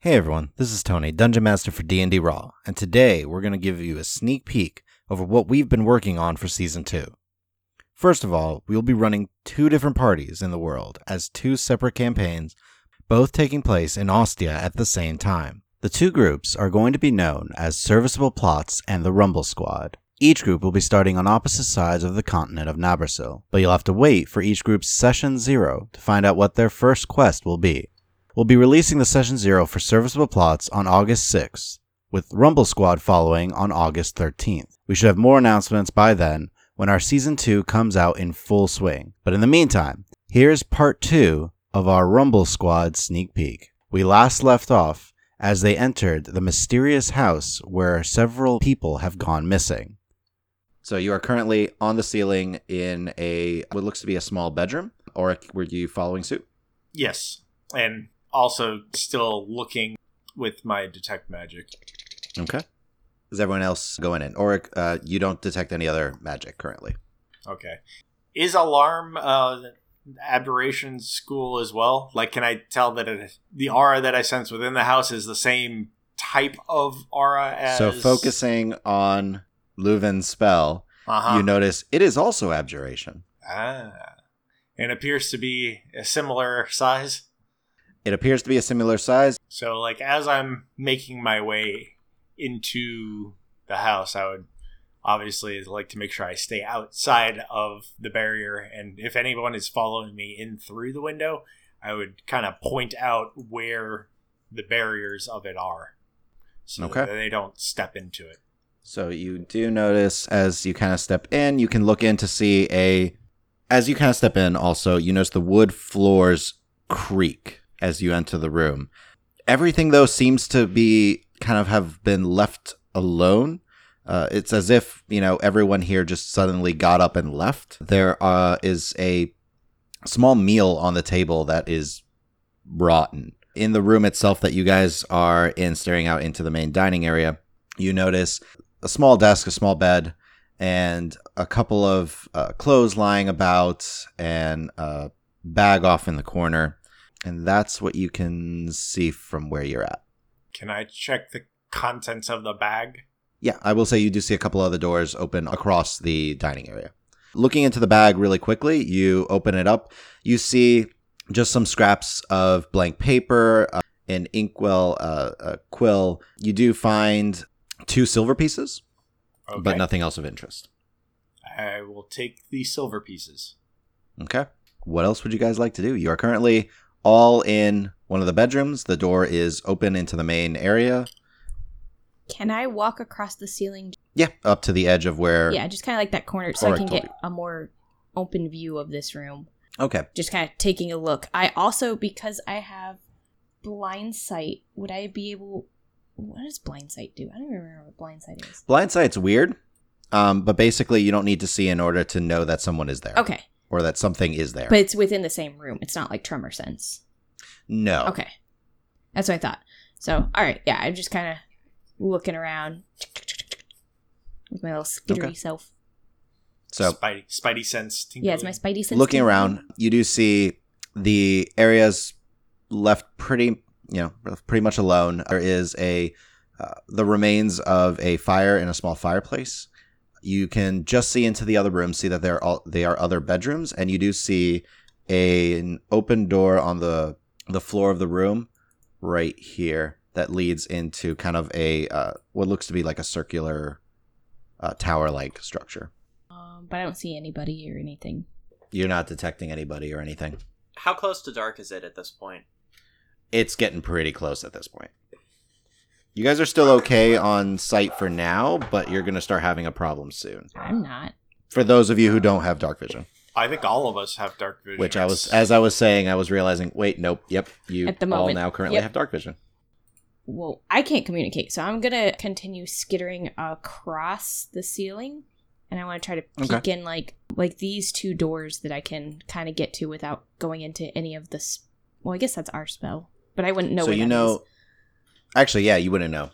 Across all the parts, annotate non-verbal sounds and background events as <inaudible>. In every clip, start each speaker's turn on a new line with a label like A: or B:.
A: Hey everyone, this is Tony, Dungeon Master for D&D Raw, and today we're going to give you a sneak peek over what we've been working on for Season 2. First of all, we'll be running two different parties in the world as two separate campaigns, both taking place in Ostia at the same time. The two groups are going to be known as Serviceable Plots and the Rumble Squad. Each group will be starting on opposite sides of the continent of Nabrasil, but you'll have to wait for each group's session zero to find out what their first quest will be. We'll be releasing the session zero for Serviceable Plots on August 6th, with Rumble Squad following on August 13th. We should have more announcements by then when our season two comes out in full swing. But in the meantime, here's part two of our Rumble Squad sneak peek. We last left off as they entered the mysterious house where several people have gone missing. So you are currently on the ceiling in a what looks to be a small bedroom, or were you following suit?
B: Yes, and also still looking with my detect magic.
A: Okay. Is everyone else going in? Or uh, you don't detect any other magic currently?
B: Okay, is alarm uh, aberration school as well? Like, can I tell that it, the aura that I sense within the house is the same type of aura as?
A: So focusing on Leuven's spell,
B: Uh-huh.
A: you notice it is also abjuration.
B: ah, and appears to be a similar size.
A: It appears to be a similar size.
B: So, like, as I'm making my way into the house, I would obviously like to make sure I stay outside of the barrier. And if anyone is following me in through the window, I would kind of point out where the barriers of it are so
A: Okay.
B: that they don't step into it.
A: So you do notice as you kind of step in, you can look in to see a. As you kind of step in, also, you notice the wood floors creak as you enter the room. Everything, though, seems to be kind of have been left alone. Uh, it's as if, you know, everyone here just suddenly got up and left. There uh, is a small meal on the table that is rotten. In the room itself that you guys are in, staring out into the main dining area, you notice a small desk, a small bed, and a couple of uh, clothes lying about, and a bag off in the corner. And that's what you can see from where you're at.
B: Can I check the contents of the bag?
A: Yeah, I will say you do see a couple other doors open across the dining area. Looking into the bag really quickly, you open it up. You see just some scraps of blank paper, uh, an inkwell, uh, a quill. You do find two silver pieces,
B: Okay.
A: but nothing else of interest.
B: I will take the silver pieces.
A: Okay. What else would you guys like to do? You are currently all in one of the bedrooms. The door is open into the main area.
C: Can I walk across the ceiling?
A: Yeah, up to the edge of where.
C: Yeah, just kind of like that corner so I
A: Alright,
C: can
A: Toby.
C: get a more open view of this room.
A: Okay.
C: Just kind of taking a look. I also, because I have blind sight, would I be able. What does blind sight do? I don't even remember what blind sight is.
A: Blind sight's weird, um, but basically you don't need to see in order to know that someone is there
C: Okay,
A: or that something is there.
C: but it's within the same room. It's not like tremor sense.
A: no.
C: Okay. That's what I thought. So, all right. Yeah, I'm just kind of looking around with my little skittery
A: Okay.
C: self.
A: So
B: Spidey, Spidey sense.
C: Yeah, it's my
B: tingling.
C: spidey sense.
A: looking
C: tingling.
A: around, you do see the areas left pretty, you know, pretty much alone. There is a uh, the remains of a fire in a small fireplace. You can just see into the other rooms, see that there are all, they are other bedrooms, and you do see a, an open door on the the floor of the room right here that leads into kind of a uh, what looks to be like a circular uh, tower like structure.
C: Um, but I don't see anybody or anything.
A: You're not detecting anybody or anything.
D: How close to dark is it at this point?
A: it's getting pretty close at this point. You guys are still okay on site for now, but you're going to start having a problem soon.
C: I'm not.
A: For those of you who don't have dark vision,
B: I think all of us have dark vision.
A: which I was,
B: It's-
A: as I was saying, I was realizing, wait, nope, yep, you
C: At the
A: all
C: moment,
A: now currently
C: yep.
A: have dark vision.
C: Well, I can't communicate, so I'm gonna continue skittering across the ceiling, and I want to try to peek
A: Okay.
C: in like like these two doors that I can kind of get to without going into any of this. Well, I guess that's our spell, but I wouldn't know.
A: so
C: where
A: you
C: that
A: know,
C: is.
A: actually, yeah, you wouldn't know,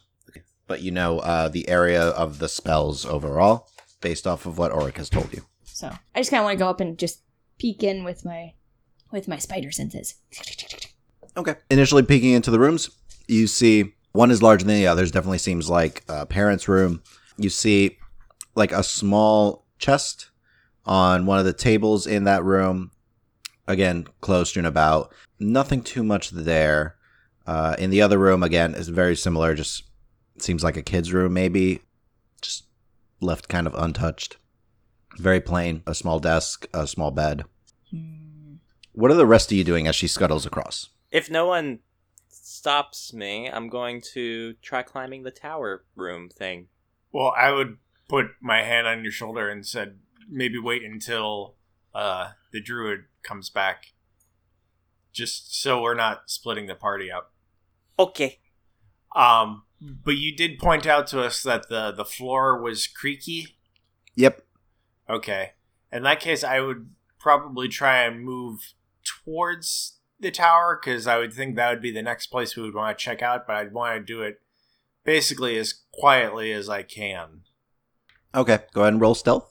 A: but you know uh, the area of the spells overall based off of what Oric has told you.
C: So I just kind of want to go up and just peek in with my with my spider senses.
A: Okay. Initially peeking into the rooms, You see, one is larger than the others. Definitely seems like a parent's room. You see, like a small chest on one of the tables in that room. Again, closed and about. Nothing too much there. Uh, in the other room, again, is very similar. Just seems like a kid's room, maybe. Just left kind of untouched. Very plain. A small desk, a small bed.
C: Hmm.
A: What are the rest of you doing as she scuttles across?
D: If no one stops me, I'm going to try climbing the tower room thing.
B: Well, I would put my hand on your shoulder and said, maybe wait until uh, the druid comes back, just so we're not splitting the party up.
D: Okay.
B: Um, but you did point out to us that the the floor was creaky.
A: Yep.
B: Okay, in that case, I would probably try and move towards the tower because I would think that would be the next place we would want to check out. But I'd want to do it basically as quietly as I can,
A: Okay. Go ahead and roll stealth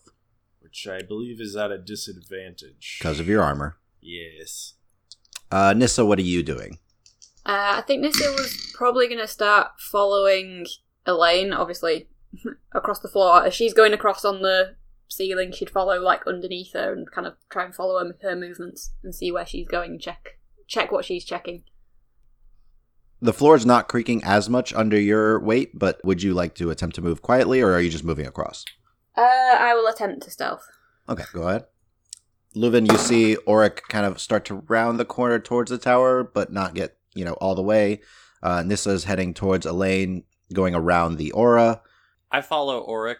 B: which I believe is at a disadvantage
A: because of your armor.
B: yes.
A: Uh, Nissa, what are you doing?
E: Uh, I think Nissa was probably going to start following Elaine, obviously, <laughs> across the floor. As she's going across on the ceiling, she'd follow like underneath her and kind of try and follow her, her movements and see where she's going and check check what she's checking.
A: The floor is not creaking as much under your weight, but would you like to attempt to move quietly or are you just moving across?
E: Uh, I will attempt to <laughs> stealth.
A: Okay, go ahead. Luvin, you see Oric kind of start to round the corner towards the tower, but not get, you know, all the way. Uh, Nissa's heading towards Elaine, going around the aura.
D: I follow Auric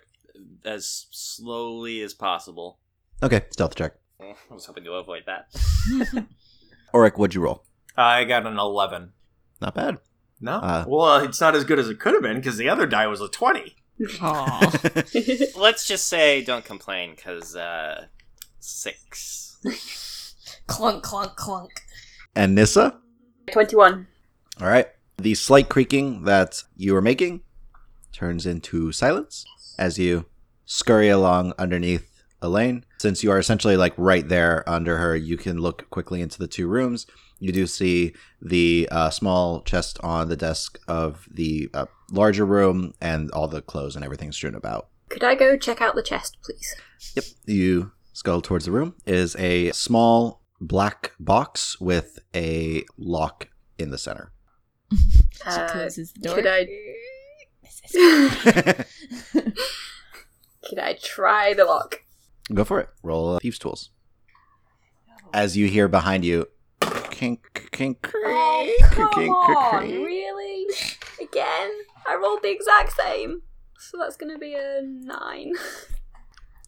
D: as slowly as possible. <laughs>
A: Okay, stealth check.
D: I was hoping to avoid that.
A: Oric, what'd you roll?
B: I got an 11.
A: Not bad. <laughs>
B: No.
A: Uh,
B: well, it's not as good as it could have been because the other die was a 20.
C: Aw.
D: Let's just say don't complain, because, uh, six.
C: clunk, clunk,
E: <laughs>
C: clunk.
A: and Nissa?
E: 21.
A: All right. The slight creaking that you were making turns into silence as you scurry along underneath Elaine. Since you are essentially like right there under her, you can look quickly into the two rooms. You do see the uh, small chest on the desk of the uh, larger room and all the clothes and everything strewn about.
E: Could I go check out the chest, <laughs> please?
A: Yep. You scuttle towards the room. It is a small black box with a lock in the center. <laughs>
C: She
E: Uh,
C: closes the door.
E: Could I <laughs>
C: Mrs. Clunk.
E: could I try the lock?
A: Go for it. Roll uh, thieves tools. As you hear behind you, kink kink
E: Oh, come on, really? Again? I rolled the exact same. So that's going to be a 9.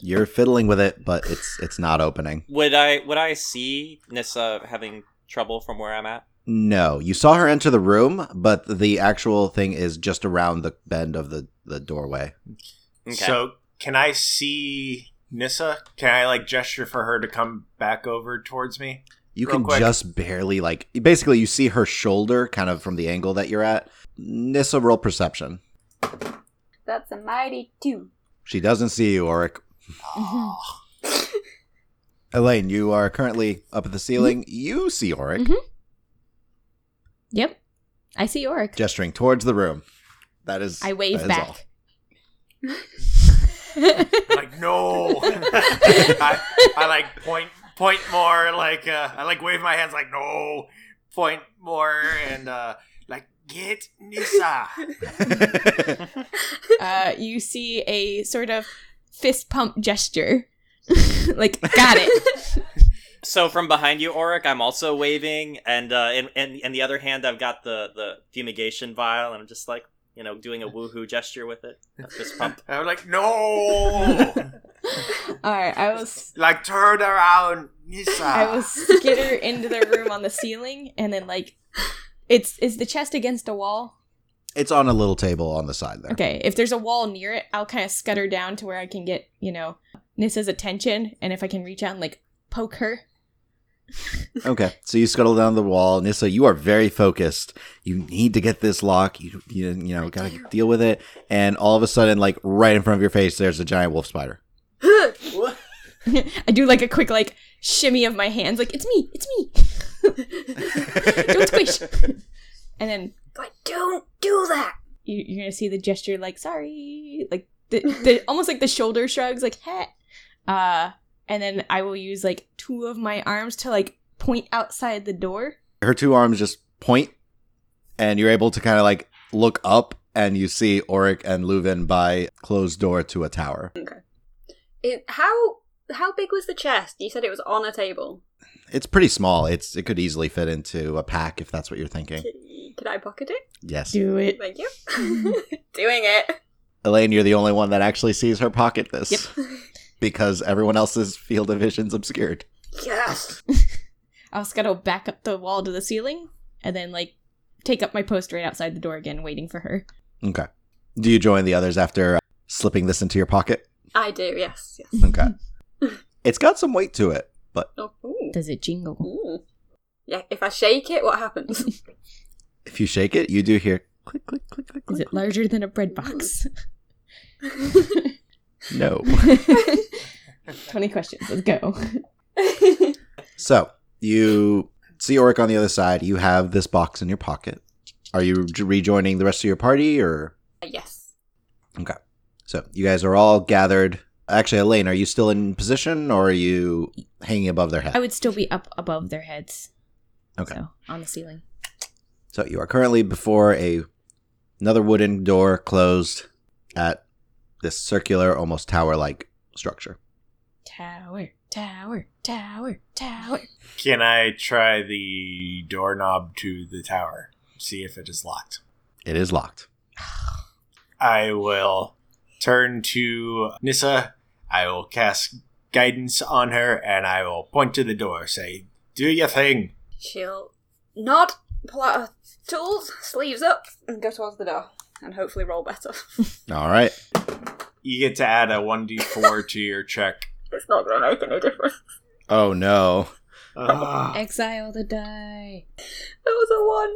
A: You're fiddling with it, but it's it's not opening.
D: Would I would I see Nissa having trouble from where I'm at?
A: No, you saw her enter the room, but the actual thing is just around the bend of the the doorway.
D: Okay.
B: So, can I see Nissa? Can I, like, gesture for her to come back over towards me?
A: You
B: Real
A: can
B: quick.
A: just barely like basically you see her shoulder kind of from the angle that you're at. Nissa roll perception.
E: That's a mighty 2.
A: She doesn't see you, Oric. Elaine, you are currently up at the ceiling. You see Oric
C: Mhm. yep. I see Oric.
A: gesturing towards the room. That is
C: I wave
A: that is all.
C: back. <laughs>
B: like, no.
A: <laughs>
B: I, I, like, point point more, like, uh, I, like, wave my hands, like, no. Point more, and, uh, like, get
A: <laughs>
B: Nissa.
C: uh, you see a sort of fist pump gesture. <laughs> like, got it.
E: <laughs>
D: So from behind you, Auric, I'm also waving, and uh, in, in, in the other hand, I've got the, the fumigation vial, and I'm just like, you know, doing a woohoo gesture with it. A fist pump.
B: I'm like, no.
C: <laughs> All right, I will. s-
B: like, turn around, Nissa.
C: I will skitter into the room on the ceiling, and then like, it's is the chest against a wall.
A: It's on a little table on the side there.
C: Okay, if there's a wall near it, I'll kind of scutter down to where I can get you know Nissa's attention, and if I can reach out and like poke her.
A: Okay. So you scuttle down the wall. Nissa, you are very focused. You need to get this lock. You you, you know, got to deal with it. And all of a sudden like right in front of your face there's a giant wolf spider.
C: <laughs> I do like a quick like shimmy <laughs> of my hands, like it's me, it's me. Don't squish. and then
E: Like, don't do that.
C: You, you're gonna see the gesture like sorry, like the, <laughs> the almost like the shoulder shrugs like heh. Uh, and then I will use like two of my arms to like point outside the door.
A: her two arms just point and you're able to kind of like look up and you see Oric and Luvin by closed door to a tower.
E: It, how how big was the chest? You said it was on a table.
A: It's pretty small. It's it could easily fit into a pack if that's what you're thinking.
E: Can, can I pocket it?
A: Yes.
C: Do it.
E: Thank you. Mm-hmm. <laughs> Doing it.
A: Elaine, you're the only one that actually sees her pocket this
C: Yep.
A: because everyone else's field of vision's obscured.
E: <laughs> Yes.
C: I'll scuttle back up the wall to the ceiling and then like take up my post right outside the door again, waiting for her.
A: Okay. Do you join the others after uh, slipping this into your pocket?
E: I do. Yes. Yes.
A: Okay.
C: Mm.
A: it's got some weight to it, but
E: Oh, ooh.
C: Does it jingle?
E: Ooh. Yeah. If I shake it, what <laughs> happens?
A: if you shake it, you do hear click click click click.
C: Is
A: click.
C: it larger than a bread box?
A: No.
C: <laughs> 20 questions. Let's go.
A: So you see Oric on the other side. You have this box in your pocket. Are you j- rejoining the rest of your party, or
E: yes.
A: so you guys are all gathered? Actually, Elaine, are you still in position, or are you hanging above their
C: I
A: head?
C: would still be up above their heads.
A: Okay.
C: So, on the ceiling.
A: so you are currently before a another wooden door closed at this circular, almost tower-like structure.
C: Tower, tower, tower, tower.
B: Can I try the doorknob to the tower? See if it is locked.
A: It is locked.
B: I will turn to Nissa. I will cast guidance on her and I will point to the door, say, Do your thing.
E: She'll nod, pull out her tools, sleeves up, and go towards the door, and hopefully roll better. <laughs>
A: All right.
B: You get to add a 1d4 to your check.
E: it's not going to make any difference.
A: Oh no.
B: <laughs> Ah,
C: Exile the die.
E: That was a one.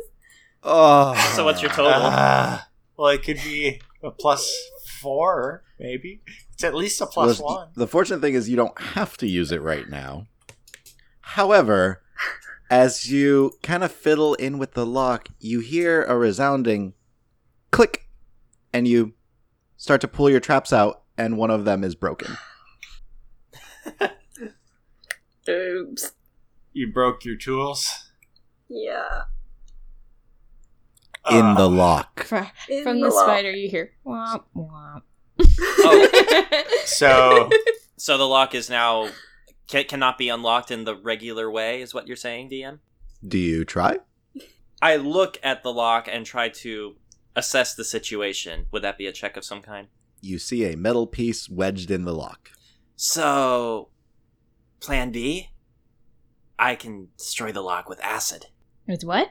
A: Oh.
D: So what's your total?
B: ah. well, it could be a plus four, maybe. It's at least a plus
A: Well,
B: one.
A: The fortunate thing is you don't have to use it right now. However, as you kind of fiddle in with the lock, you hear a resounding click and you start to pull your traps out and one of them is broken.
E: Oops.
B: You broke your tools.
E: Yeah.
A: In
D: Uh.
B: Ah.
A: the lock.
C: Fra-
E: In
C: From the
E: lock.
C: spider, you hear womp womp. <laughs>
B: So,
D: So the lock is now ca- cannot be unlocked in the regular way, is what you're saying, DM?
A: Do you try?
D: I look at the lock and try to assess the situation. Would that be a check of some kind?
A: You see a metal piece wedged in the lock.
D: So, plan B? I can destroy the lock with acid.
C: With what?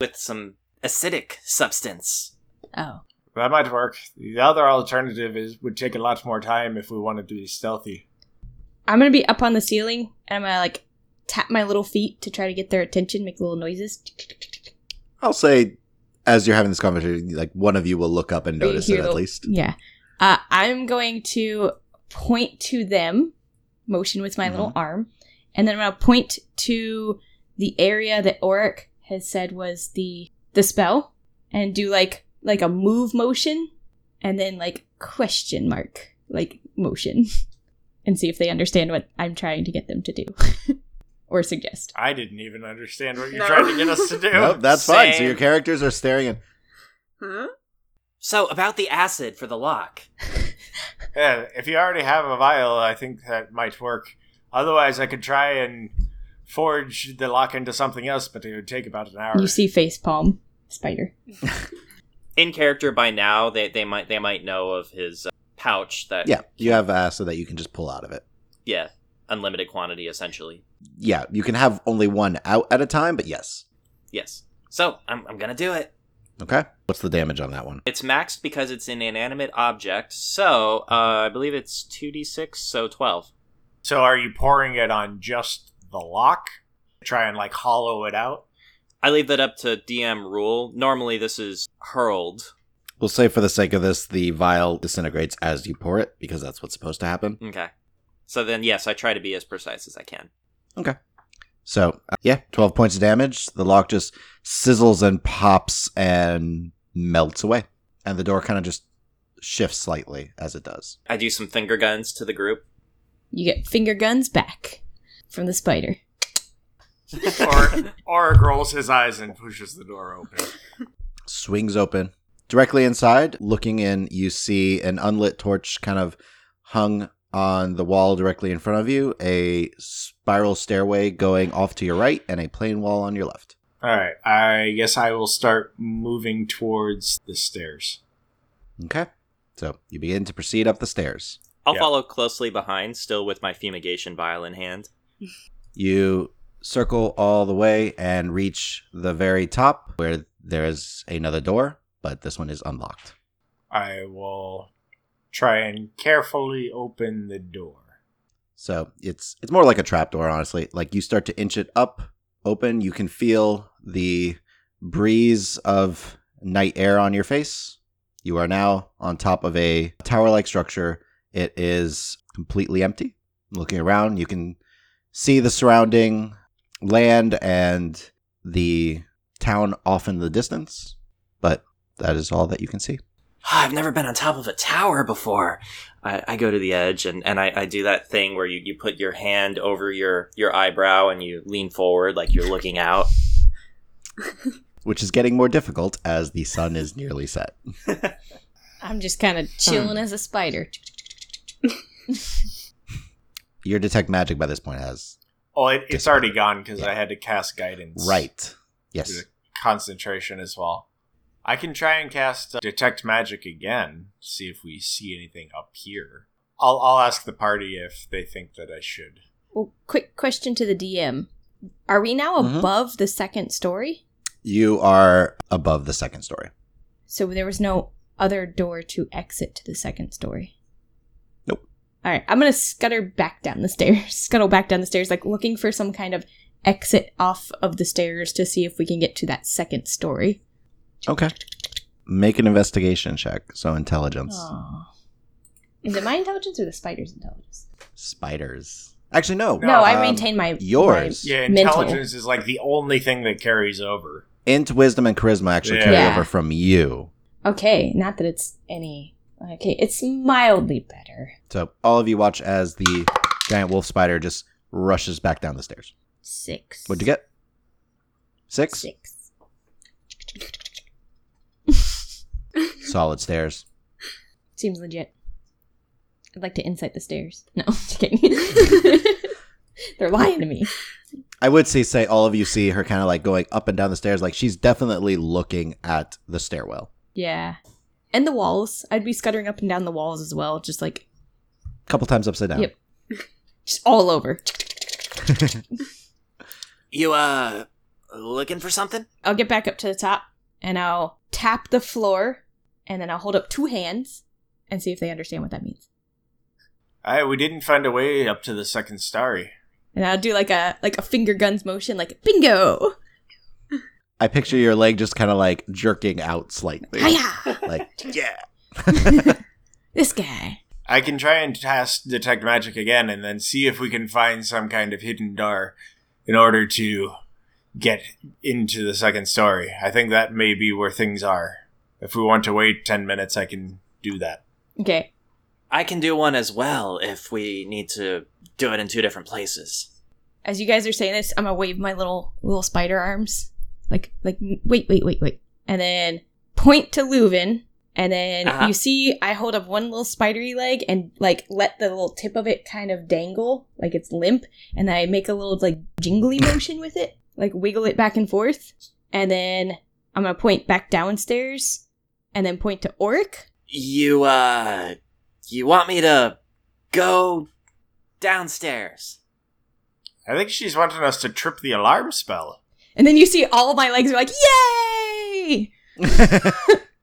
D: With some acidic substance.
C: Oh.
B: that might work. The other alternative is would take a lot more time if we wanted to be stealthy.
C: I'm gonna be up on the ceiling and I'm gonna like tap my little feet to try to get their attention, make little noises.
A: I'll say as you're having this conversation, like one of you will look up and
C: You
A: notice
C: hear
A: it at
C: the-
A: least.
C: Yeah. Uh, I'm going to point to them, motion with my little arm, and then I'm gonna point to the area that Oric has said was the the spell, and do like like a move motion, and then like question mark like motion, <laughs> and see if they understand what I'm trying to get them to do, <laughs> or suggest.
B: I didn't even understand what you're
E: No.
B: trying to get us to do.
A: <laughs> Nope, that's fine. So
D: Same.
A: your characters are staring at
E: Huh?
D: So, about the acid for the lock.
B: Yeah, if you already have a vial, I think that might work. Otherwise, I could try and forge the lock into something else, but it would take about an hour.
C: You see face palm spider.
D: in character by now they, they might they might know of his uh, pouch that
A: Yeah, you have uh, so that you can just pull out of it.
D: yeah, unlimited quantity essentially
A: yeah, you can have only one out at a time, but yes.
D: yes so I'm, I'm gonna do it
A: Okay. What's the damage on that one?
D: it's maxed because it's an inanimate object so uh, i believe it's 2d6 so 12
B: So, are you pouring it on just the lock? Try and like hollow it out.
D: i leave that up to dm rule normally this is hurled
A: We'll say for the sake of this, the vial disintegrates as you pour it because that's what's supposed to happen.
D: okay so then yes i try to be as precise as i can
A: So, uh, yeah, 12 points of damage. The lock just sizzles and pops and melts away. And the door kind of just shifts slightly as it does.
D: I do some finger guns to the group.
C: You get finger guns back from the spider.
B: Or Auric rolls his eyes and pushes the door open.
A: swings open. Directly inside, looking in, you see an unlit torch kind of hung on the wall directly in front of you, a spiral stairway going off to your right, and a plain wall on your left.
B: All right, I guess I will start moving towards the stairs.
A: Okay. So you begin to proceed up the stairs.
D: I'll
B: Yeah.
D: follow closely behind, still with my fumigation vial in hand.
A: You circle all the way and reach the very top where there is another door, but this one is unlocked.
B: I will try and carefully open the door.
A: So it's it's more like a trapdoor, honestly. Like you start to inch it up, open. You can feel the breeze of night air on your face. You are now on top of a tower-like structure. It is completely empty. Looking around, you can see the surrounding land and the town off in the distance, but that is all that you can see.
D: Ah, I've never been on top of a tower before. I, I go to the edge and, and I, I do that thing where you, you put your hand over your, your eyebrow and you lean forward like you're looking out.
A: Which is getting more difficult as the sun is nearly set.
C: I'm just kind of chilling as a spider.
A: Your detect magic by this point has
B: Oh, it, it's already gone because I had to cast guidance.
A: Right. Yes.
B: Is it concentration as well. I can try and cast uh, detect magic again, see if we see anything up here. I'll I'll ask the party if they think that I should.
C: Well, quick question to the DM: Are we now
A: Mhm.
C: above the second story?
A: You are above the second story.
C: So there was no other door to exit to the second story.
A: Nope.
C: All right, I'm gonna scutter back down the stairs, <laughs> scuttle back down the stairs, like looking for some kind of exit off of the stairs to see if we can get to that second story.
A: Okay. Make an investigation check. So intelligence.
C: Aww. Is it my intelligence or the spider's intelligence?
A: Spiders. Actually, no.
C: No, I
A: Um,
C: maintain my
A: yours.
B: Yeah,
C: Mental.
B: intelligence is like the only thing that carries over.
A: Int, wisdom, and charisma actually
B: Yeah.
A: carry
C: Yeah.
A: over from you.
C: my- okay, not that it's any. Okay, it's mildly better.
A: So all of you watch as the giant wolf spider just rushes back down the stairs.
C: Six.
A: What'd you get? Six?
C: Six.
A: Solid stairs.
C: Seems legit. I'd like to insight the stairs. No, <laughs> just kidding. They're lying to me.
A: I would say, say all of you see her kind of like going up and down the stairs. Like she's definitely looking at the stairwell.
C: Yeah. And the walls. I'd be scuttering up and down the walls as well, just like
A: couple times upside down.
C: Yep. just all over.
D: You, uh, looking for something?
C: I'll get back up to the top and I'll tap the floor and then I'll hold up two hands and see if they understand what that means.
B: I we didn't find a way up to the second story.
C: And I'll do like a like a finger guns motion like bingo.
A: I picture your leg just kind of like jerking out slightly.
C: Hiya!
A: like yeah
C: This guy.
B: I can try and cast detect magic again and then see if we can find some kind of hidden door in order to get into the second story. I think that may be where things are. If we want to wait 10 minutes, I can do that.
C: Okay.
D: I can do one as well if we need to do it in two different places.
C: as you guys are saying this, I'm gonna wave my little little spider arms, like like wait wait wait wait, and then point to Leuven, and then
D: Uh-huh.
C: you see I hold up one little spidery leg and like let the little tip of it kind of dangle, like it's limp, and I make a little like jingly motion with it, like wiggle it back and forth, and then I'm gonna point back downstairs, and then point to Oric.
D: You, uh, you want me to go downstairs?
B: I think she's wanting us to trip the alarm spell.
C: And then you see all of my legs are like, yay!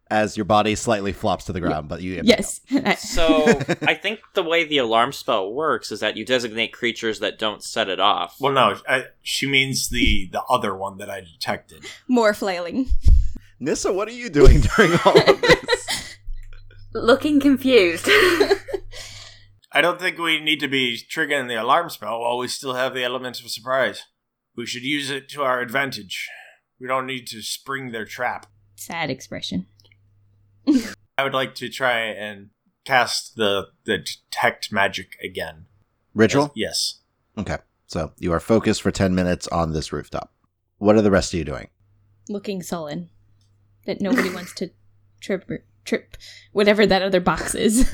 A: as your body slightly flops to the ground but you
C: Yes. <laughs>
D: So I think the way the alarm spell works is that you designate creatures that don't set it off.
B: Well, no, I, she means the, the other one that I detected.
C: More flailing.
A: nissa what are you doing during all of this
E: Looking <laughs> confused.
B: I don't think we need to be triggering the alarm spell while we still have the element of surprise. We should use it to our advantage. We don't need to spring their trap.
C: Sad expression.
B: I would like to try and cast the the detect magic again.
A: <laughs> Ritual?
B: Yes.
A: Okay. So you are focused for 10 minutes on this rooftop. What are the rest of you doing?
C: Looking sullen. That nobody wants to trip or trip whatever that other box is.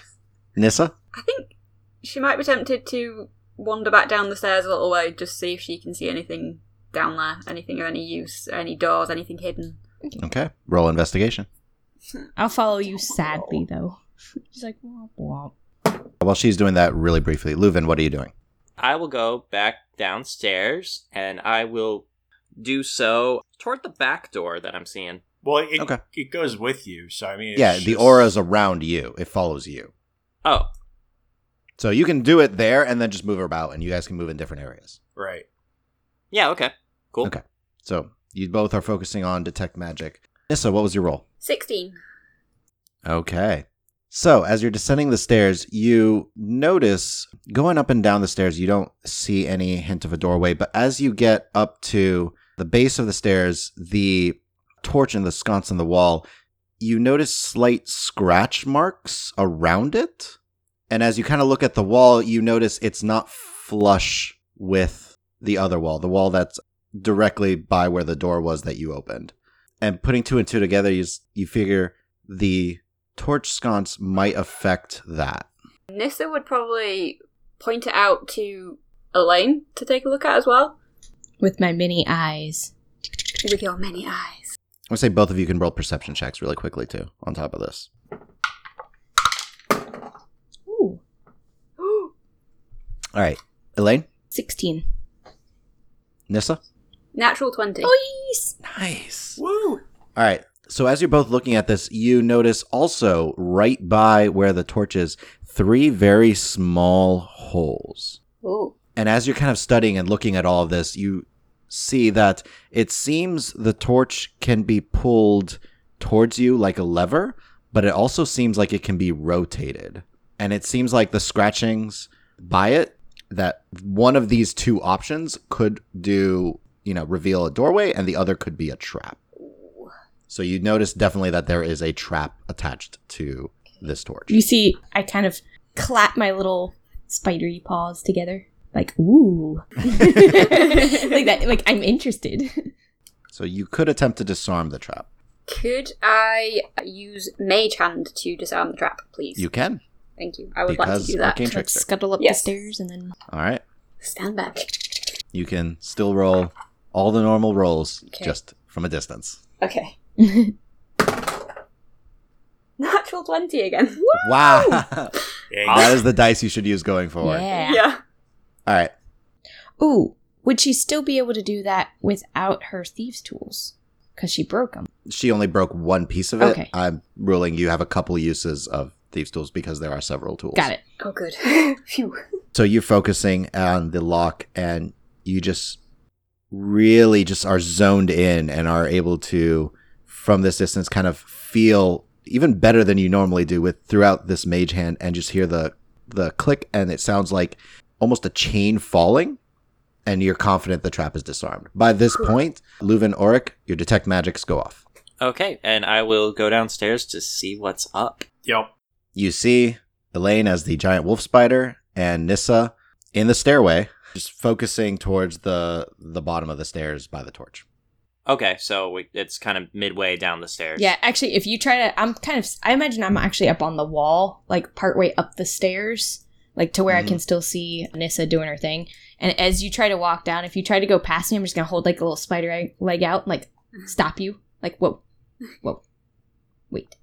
C: <laughs>
A: Nissa?
E: I think she might be tempted to wander back down the stairs a little way, just see if she can see anything down there, anything of any use, any doors, anything hidden.
A: Okay. Roll investigation.
C: I'll follow you sadly though. She's like womp womp.
A: While she's doing that really briefly, Leuven, what are you doing?
D: I will go back downstairs and I will do so toward the back door that I'm seeing.
B: Well, it,
A: Okay.
B: it goes with you, so I mean, it's
A: yeah, the
B: just-
A: aura's around you. It follows you.
D: Oh,
A: So you can do it there and then just move about and you guys can move in different areas.
B: right.
D: yeah, okay. Cool.
A: Okay. So you both are focusing on detect magic. Nissa, what was your roll?
E: 16.
A: Okay. So, as you're descending the stairs, you notice going up and down the stairs, you don't see any hint of a doorway. But as you get up to the base of the stairs, the torch and the sconce in the wall, you notice slight scratch marks around it. And as you kind of look at the wall, you notice it's not flush with the other wall, the wall that's directly by where the door was that you opened. And putting two and two together, you, s- you figure the torch sconce might affect that.
E: Nissa would probably point it out to Elaine to take a look at as well,
C: With my mini eyes.
E: with your many eyes. <gasps>
A: I would say both of you can roll perception checks really quickly too. On top of this,
C: Ooh.
A: all right, Elaine,
C: Sixteen.
A: Nissa,
E: Natural 20.
C: Boys!
A: nice.
D: Woo!
A: All right. So as you're both looking at this, you notice also right by where the torch is three very small holes.
E: Ooh.
A: And as you're kind of studying and looking at all of this, you see that it seems the torch can be pulled towards you like a lever, but it also seems like it can be rotated. And it seems like the scratchings by it that one of these two options could do, you know, reveal a doorway and the other could be a trap. So you notice definitely that there is a trap attached to this torch.
C: You see, I kind of clap my little spidery paws together. Like, <laughs> ooh. like that like I'm interested.
A: So you could attempt to disarm the trap.
E: Could I use Mage Hand to disarm the trap, please?
A: You can.
E: Thank you. I would like
A: Because
E: to do that.
A: arcane-
C: Like,
A: trickster.
C: scuttle up
E: Yes.
C: the stairs and then
A: All right.
E: Stand back.
A: you can still roll all the normal rolls
E: Okay.
A: just from a distance.
E: Okay. <laughs> Natural 20 <laughs> again.
A: Wow.
B: Yeah,
A: <laughs> that is the dice you should use going forward.
C: Yeah.
A: All right.
C: Ooh, would she still be able to do that without her thieves' tools? Because she broke them.
A: She only broke one piece of it.
C: Okay.
A: I'm ruling you have a couple uses of thieves' tools because there are several tools.
C: Got it.
E: Oh, <laughs> good. Phew.
A: So you're focusing on the lock and you just really just are zoned in and are able to from this distance kind of feel even better than you normally do with throughout this mage hand and just hear the the click and it sounds like almost a chain falling and you're confident the trap is disarmed. By this point, Leuven Oric, your detect magics go off.
D: Okay, and I will go downstairs to see what's up.
B: Yep.
A: you see Elaine as the giant wolf spider and Nissa in the stairway, just focusing towards the the bottom of the stairs by the torch.
D: Okay, so we, it's kind of midway down the stairs.
C: Yeah, actually, if you try to, I'm kind of, I imagine I'm actually up on the wall, like partway up the stairs, like to where
A: Mhm.
C: I can still see Nissa doing her thing. And as you try to walk down, if you try to go past me, I'm just going to hold like a little spider egg- leg out and like stop you. Like, whoa, whoa, wait.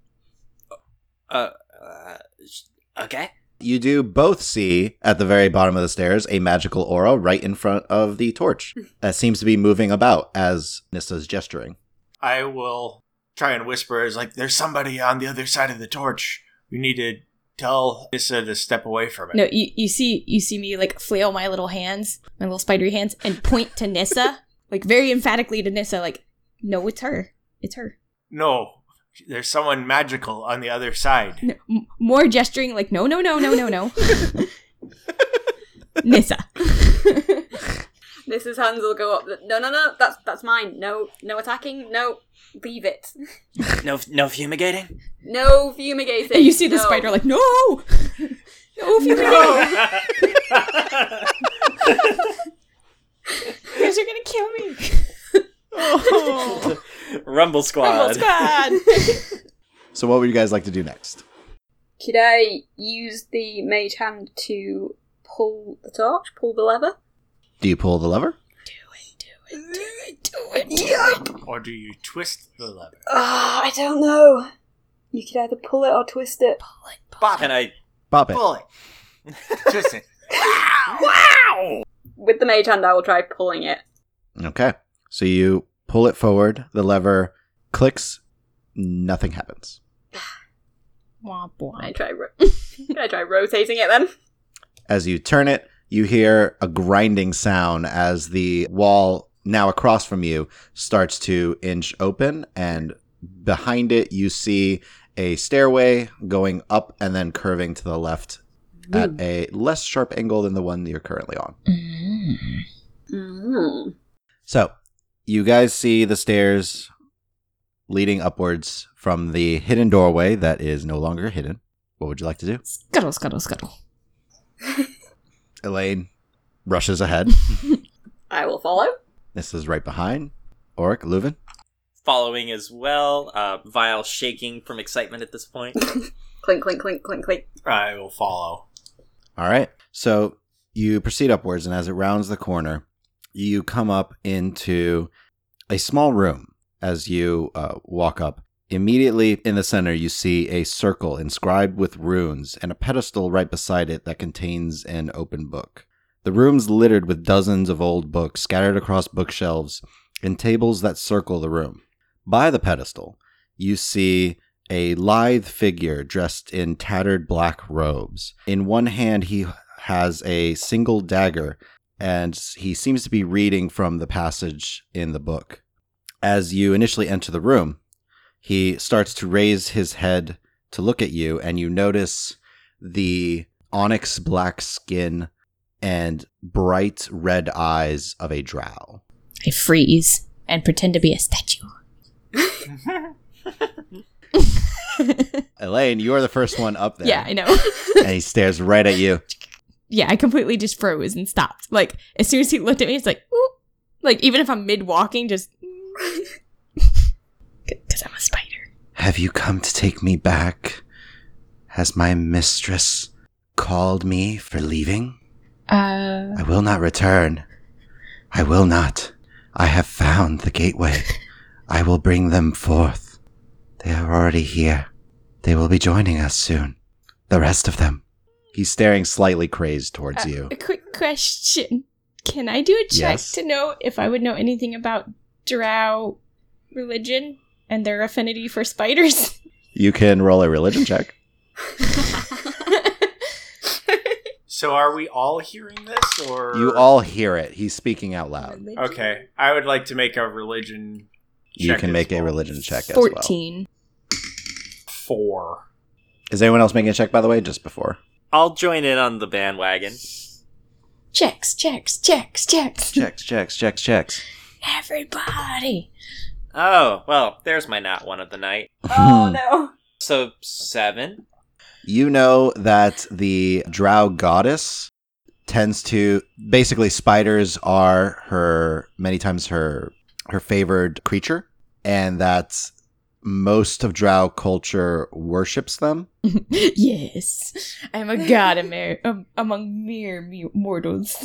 D: Uh, uh, sh- okay.
A: You do both see at the very bottom of the stairs a magical aura right in front of the torch that seems to be moving about as Nissa's gesturing.
B: I will try and whisper. It's like there's somebody on the other side of the torch. You need to tell Issa to step away from it.
C: No, you, you see, you see me like flail my little hands, my little spidery hands, and point to Nissa, like very emphatically to Nissa, like, no, it's her. It's her.
B: No, there's someone magical on the other side.
C: No, m- more gesturing like no no no no no no nissa
E: Mrs. Hands will go up. No, no, no. That's that's mine. No, no attacking. No, leave it.
D: No, no fumigating.
E: No fumigating.
C: you see the
E: no.
C: spider like, no, no, if you guys are gonna kill me.
D: Rumble
C: Rumble
D: squad.
C: squad.
A: So, what would you guys like to do next?
E: Could I use the mage hand to pull the torch, pull the lever?
A: Do you pull the lever?
E: Yup.
B: Or do you twist the lever?
E: Ah, I don't know. You could either pull it or twist it.
D: <laughs>
B: Bop
D: Can
B: it.
D: I?
A: Pop it.
B: Pull it. twist it.
E: With the mage hand, I will try pulling it.
A: Okay. So you pull it forward, the lever clicks, nothing happens.
C: <laughs> Womp
E: Can I
C: womp.
E: try? <laughs> Ro- Can I try rotating it then?
A: As you turn it, you hear a grinding sound as the wall now across from you starts to inch open, and behind it, you see a stairway going up and then curving to the left
C: Hmm.
A: at a less sharp angle than the one that you're currently on.
C: Mm.
E: Mm.
A: So, you guys see the stairs leading upwards from the hidden doorway that is no longer hidden. What would you like to do?
C: Scuttle, scuttle, scuttle.
A: Elaine rushes ahead.
E: I will follow.
A: this is right behind. Oric, Leuven.
D: Following as well. Uh, Vile shaking from excitement at this point.
E: Clink, clink, clink, clink, clink.
B: I will follow.
A: All right. So you proceed upwards, and as it rounds the corner, you come up into a small room. As you uh, walk up, immediately in the center, you see a circle inscribed with runes and a pedestal right beside it that contains an open book. The room's littered with dozens of old books scattered across bookshelves and tables that circle the room. By the pedestal, you see a lithe figure dressed in tattered black robes. In one hand, he has a single dagger, and he seems to be reading from the passage in the book. As you initially enter the room, he starts to raise his head to look at you, and you notice the onyx black skin and bright red eyes of a drow.
C: I freeze and pretend to be a statue. <laughs>
A: Elaine, you are the first one up there.
C: Yeah, I know.
A: and he stares right at you.
C: yeah, I completely just froze and stopped. Like as soon as he looked at me, it's like, Oop. like even if I'm mid walking, just <laughs> because I'm a spider.
A: Have you come to take me back? Has my mistress called me for leaving?
C: Uh,
A: I will not return. I will not. I have found the gateway. I will bring them forth. They are already here. They will be joining us soon. The rest of them. He's staring slightly crazed towards you.
C: a quick question: Can I do a check
A: Yes.
C: to know if I would know anything about Drow religion and their affinity
A: <laughs>
C: for spiders?
A: You can roll a religion check.
B: So are we all hearing this, or <laughs>
A: You all hear it. He's speaking out loud.
C: Religion?
B: Okay, I would like to make a religion.
A: You
B: check
A: can
B: as
A: make a
B: well.
A: religion check as well.
C: Fourteen.
B: Four.
A: Is anyone else making a check, by the way, just before?
D: I'll join in on the bandwagon.
C: Checks, checks, checks, checks.
A: Checks, checks, checks, checks.
C: Everybody.
D: Oh well, there's my not one of the night.
E: <laughs> Oh no.
D: So seven.
A: You know that the drow goddess tends to basically spiders are her many times her her favored creature and that most of drow culture worships them.
C: <laughs> yes, I am a god amer- um, among mere mu- mortals.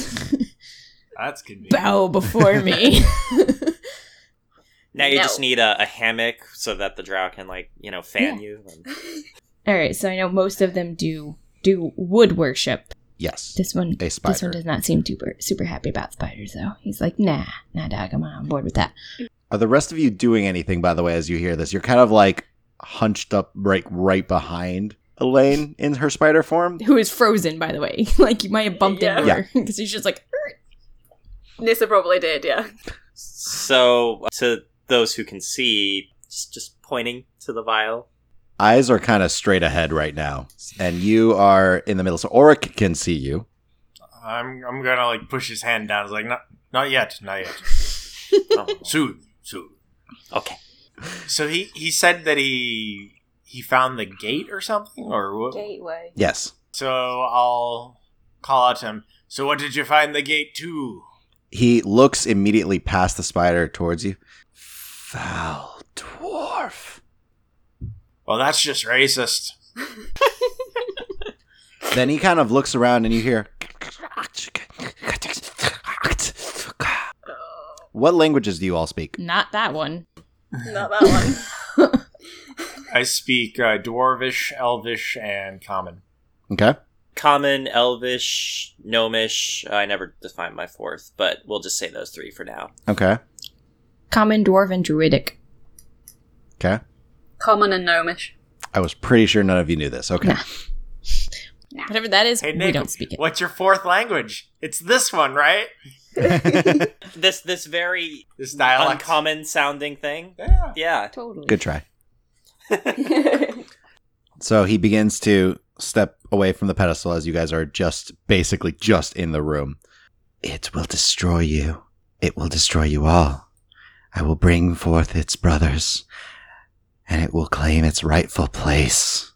B: That's convenient.
C: <laughs> Bow before me.
D: Now you
E: No.
D: just need a, a hammock so that the drow can like you know fan you. And
C: <laughs> All right, so I know most of them do do wood worship.
A: Yes.
C: This one,
A: A
C: this one
A: spider.
C: does not seem super super happy about spiders though. He's like, nah, nah, dog, I'm not on board with that.
A: Are the rest of you doing anything by the way as you hear this? You're kind of like hunched up right right behind Elaine in her spider form.
C: Who is frozen, by the way? <laughs> like you might have bumped
E: Yeah.
C: into her because she's just like, "Er,
E: Nissa probably did, yeah.
D: so uh, to those who can see, just, just pointing to the vial.
E: <laughs>
A: Eyes are kind of straight ahead right now. And you are in the middle so Oric can see you.
B: I'm I'm gonna like push his hand down. It's like, no, Not yet, not yet. Soon, soon.
D: Oh. Okay.
B: So he he said that he he found the gate or something or what?
E: Gateway.
A: Yes.
B: So I'll call out to him. So what did you find the gate to?
A: He looks immediately past the spider towards you. Foul dwarf.
B: Well, that's just racist.
A: Then he kind of looks around and you hear.
E: Oh,
A: What languages do you all speak?
C: Not that one.
E: not that one.
B: I speak uh, dwarvish, elvish, and common.
A: Okay.
D: Common, Elvish, Gnomish. I never define my fourth, but we'll just say those three for now.
A: Okay.
C: Common, dwarf, and druidic.
A: Okay.
E: <laughs> Common and gnomish.
A: I was pretty sure none of you knew this. Okay.
C: Whatever that is,
B: Hey
C: we
B: Nick,
C: don't speak it.
B: what's your fourth language? It's this one, right?
D: This this very
B: This dialect.
D: uncommon sounding thing.
B: Yeah.
D: Yeah.
A: <laughs>
C: Totally.
A: Good try. So he begins to step away from the pedestal as you guys are just basically just in the room. It will destroy you. It will destroy you all. I will bring forth its brothers, and it will claim its rightful place.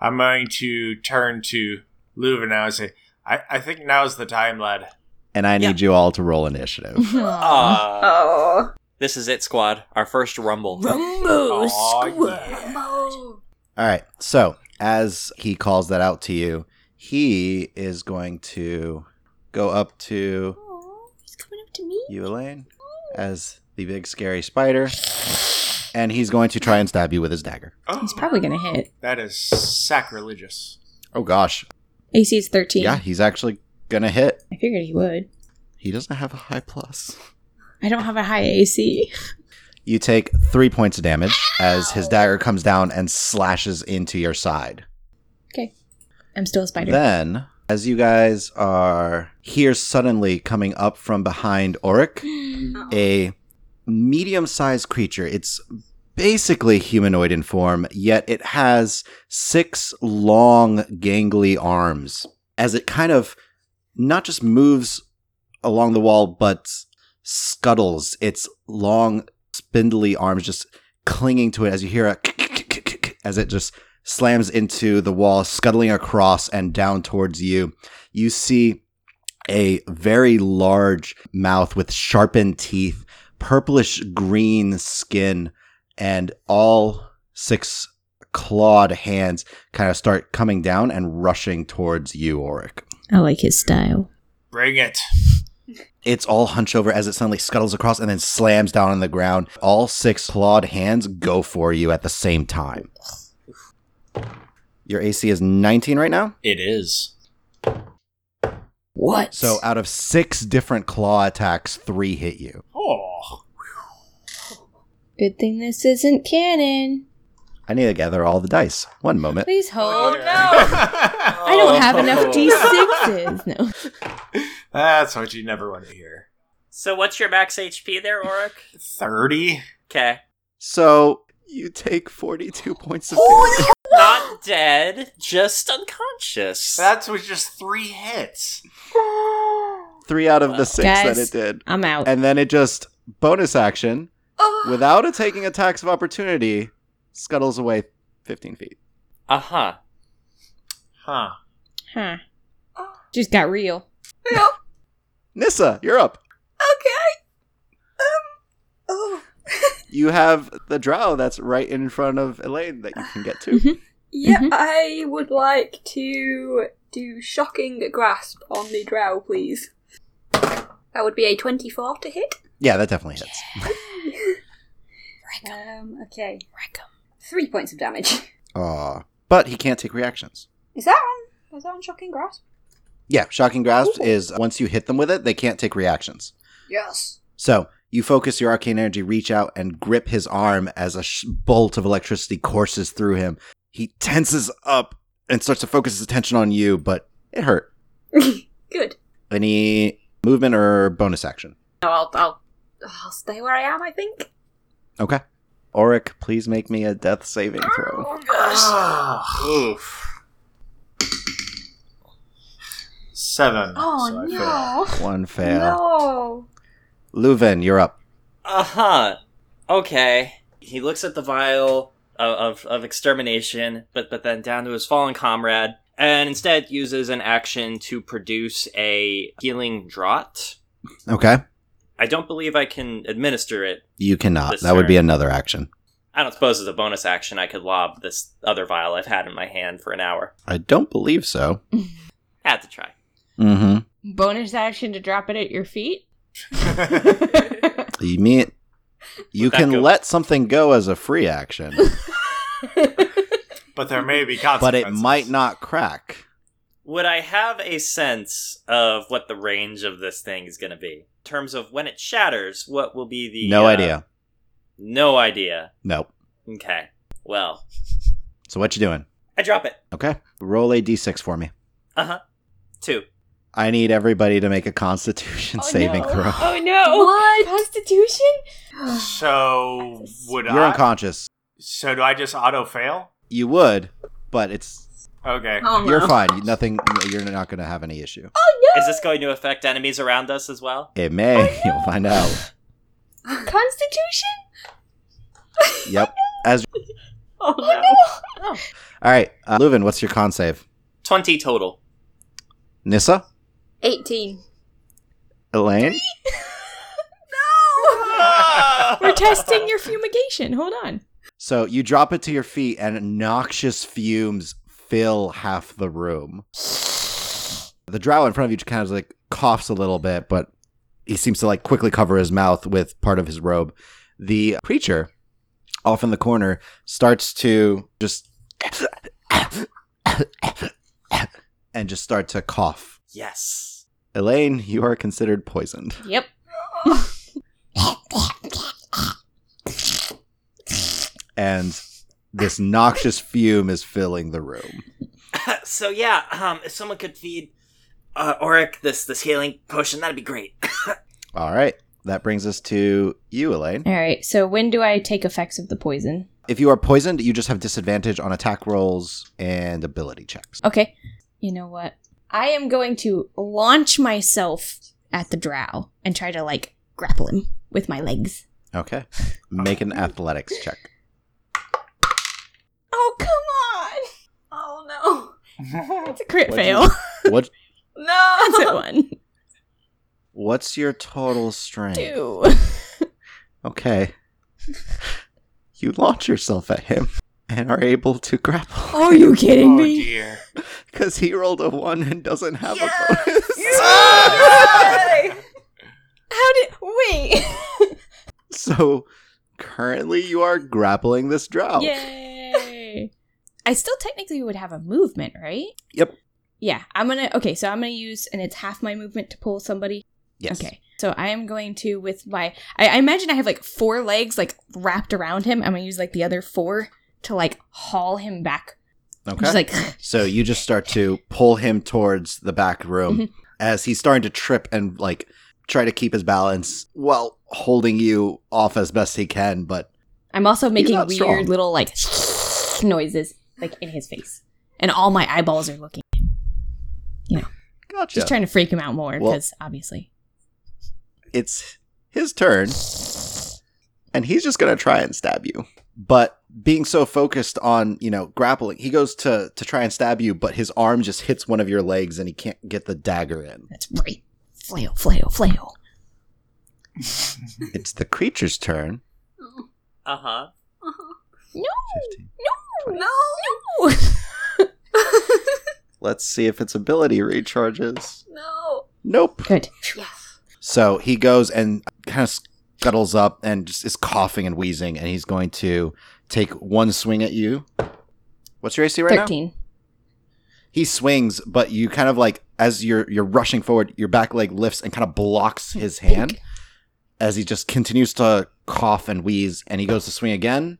B: I'm going to turn to Luva now and say, I, I think now's the time, lad.
A: And I need you all to roll
C: <laughs>
A: initiative.
C: Aw.
D: Uh,
E: <laughs> oh.
D: this is it, squad. Our first rumble.
C: Rumbo
B: Aw,
C: squad.
A: all right. So as he calls that out to you, he is going to go up to
C: Aw, He's coming up to me.
A: you, Elaine, as the big scary spider, and he's going to try and stab you with his dagger.
B: Oh,
C: He's probably gonna hit.
B: that is sacrilegious.
A: Oh gosh.
C: AC is thirteen.
A: Yeah, he's actually gonna hit.
C: I figured he would.
A: He doesn't have a high plus.
C: I don't have a high AC.
A: You take three points of damage as his dagger comes down and slashes into your side.
C: I'm still a spider.
A: Then, as you guys are here suddenly coming up from behind Oric,
E: Hmm.
A: a medium sized creature. It's basically humanoid in form, yet it has six long, gangly arms as it kind of not just moves along the wall, but scuttles its long, spindly arms just clinging to it as you hear a <laughs> as it just slams into the wall, scuttling across and down towards you. You see a very large mouth with sharpened teeth, purplish green skin, and all six clawed hands kind of start coming down and rushing towards you, Oric.
C: I like his style.
B: Bring it.
A: It's all hunch over as it suddenly scuttles across and then slams down on the ground. All six clawed hands go for you at the same time. Your AC is 19 right now?
B: It is.
C: What?
A: So uh, out of six different claw attacks, three hit you.
B: Oh.
C: good thing this isn't canon.
A: I need to gather all the dice. One moment.
C: Please hold.
E: Oh,
B: no.
C: I don't have enough D6s. No.
B: <laughs> That's what you never want to hear.
D: So what's your max HP there, Oric?
B: 30?
D: Okay.
A: So you take 42 points of
D: Not dead, just unconscious.
B: That was just three hits.
A: three out of the six that
C: Guys.
A: it did.
C: I'm out.
A: And then it just bonus action
E: Oh.
A: without it taking attacks of opportunity scuttles away 15 feet.
D: Uh huh.
B: Huh.
C: Huh.
E: Oh.
C: Just got real.
E: Yeah.
A: Nissa, you're up.
E: Okay. Um. Oh.
A: You have the drow that's right in front of Elaine that you can get to.
E: Yeah,
C: Mhm.
E: I would like to do shocking grasp on the drow, please. That would be a twenty-four to hit.
A: <laughs>
E: <laughs>
A: yeah, that definitely hits.
E: Um. Okay. Three points of damage.
A: Aw. But he can't take reactions.
E: Is that on? Is that on shocking grasp?
A: Yeah, shocking grasp
E: Ooh.
A: is once you hit them with it, they can't take reactions.
E: Yes.
A: So you focus your arcane energy, reach out and grip his arm as a sh- bolt of electricity courses through him. He tenses up and starts to focus his attention on you, but it hurt.
E: Good.
A: Any movement or bonus action?
E: No, I'll, I'll I'll stay where I am. I think.
A: Okay. Oric, please make me a death saving
E: Oh,
A: throw.
B: Oh, Oof. Seven.
E: Oh
B: so I fail.
E: no!
A: One fail.
E: Oh, No.
A: Leuven, you're up.
D: Uh huh. Okay. He looks at the vial of, of, of extermination, but but then down to his fallen comrade, and instead uses an action to produce a healing draught.
A: Okay.
D: I don't believe I can administer it.
A: You cannot.
D: This
A: that would be
D: turn.
A: another action.
D: I don't suppose as a bonus action I could lob this other vial I've had in my hand for an hour.
A: I don't believe so.
D: Had to try.
A: Mm-hmm.
C: Bonus action to drop it at your
E: <laughs>
C: feet.
A: You mean you
D: that
A: can
D: go-
A: let something go as a free
D: <laughs>
A: action,
B: <laughs> but there may be consequences.
A: but it might not crack.
D: Would I have a sense of what the range of this thing is going to be? In terms of when it shatters, what will be the.
A: No
D: uh,
A: idea.
D: No idea.
A: Nope.
D: Okay. Well,
A: So what you doing?
D: I drop it.
A: Okay. Roll a d6 for me.
D: Uh huh. Two.
A: I need everybody to make a Constitution
C: <laughs> Oh,
A: saving
C: no.
A: throw.
C: Oh no!
E: What?
C: Constitution?
B: So would
A: You're
B: I?
A: unconscious.
B: so do I just auto fail?
A: You would, but it's
B: Okay.
E: Oh,
A: you're
E: no.
A: fine. Nothing. You're not going to have any issue.
E: Oh,
D: Is this going to affect enemies around us as well?
A: It may. <laughs> You'll find out.
C: Constitution?
A: Yep. As
E: <laughs> Oh, no.
A: all right, uh, Leuven, what's your con save?
D: 20 total.
A: Nissa,
E: 18.
A: Elaine.
E: Oh,
B: <laughs>
C: We're testing your fumigation. Hold on.
A: So you drop it to your feet, and noxious fumes fill half the room. The drow in front of you kind of like coughs a little bit, but he seems to like quickly cover his mouth with part of his robe. The preacher, off in the corner, starts to just and just start to cough.
D: <laughs> Yes.
A: Elaine, you are considered poisoned.
C: <laughs> Yep.
A: and this noxious fume is filling the room.
D: Uh, so, yeah, um, if someone could feed uh, Oric this, this healing potion, that'd be great.
A: All right. That brings us to you, Elaine.
C: All right. So when do I take effects of the poison?
A: If you are poisoned, you just have disadvantage on attack rolls and ability checks.
C: Okay. You know what? I am going to launch myself at the drow and try to like grapple him with my legs.
A: Okay. Make an athletics check.
C: Oh come on!
E: Oh, no.
C: It's a crit
A: What'd
C: fail.
A: you- What
C: <laughs> That's a
E: <laughs>
C: <laughs>
E: No.
C: one.
A: what's your total strength?
C: Two.
A: Okay. You launch yourself at him and are able to grapple
C: Are you kidding
B: oh
C: me?
B: dear.
A: because he rolled a one and doesn't have
E: Yes!
A: a <laughs> bonus.
E: Yay!
C: How did
A: <laughs>
C: wait?
A: So currently you are grappling this drow.
C: Yay! I still technically would have a movement, right?
A: Yep.
C: Yeah, I'm gonna. Okay, so I'm gonna use, and it's half my movement to pull somebody.
A: Yes.
C: Okay, so I am going to with my. I, I imagine I have like four legs like wrapped around him. I'm gonna use like the other four to like haul him back. I'm
A: Okay.
C: Just like <sighs>
A: So you just start to pull him towards the back room
C: Mhm.
A: as he's starting to trip and like try to keep his balance while holding you off as best he can. But
C: I'm also making
A: not
C: weird
A: strong.
C: little like <sniffs> noises like in his face, and all my eyeballs are looking.
A: gotcha.
C: Just trying to freak him out more
A: Well-
C: because obviously.
A: it's his turn, and he's just gonna try and stab you. But being so focused on you know grappling, he goes to to try and stab you, but his arm just hits one of your legs, and he can't get the dagger
C: <laughs>
A: in.
C: That's right. Flail, flail, flail.
A: It's the creature's turn.
D: Uh huh.
C: No,
A: 15.
C: no,
E: No.
C: no.
A: Let's see if its ability recharges.
E: <laughs> No.
A: Nope.
C: Good.
E: Yes.
A: So he goes and kind of scuttles up and just is coughing and wheezing, and he's going to take one swing at you. What's your AC right now?
C: Thirteen.
A: He swings, but you kind of like as you're you're rushing forward, your back leg lifts and kind of blocks his hand as he just continues to cough and wheeze, and he goes to swing again,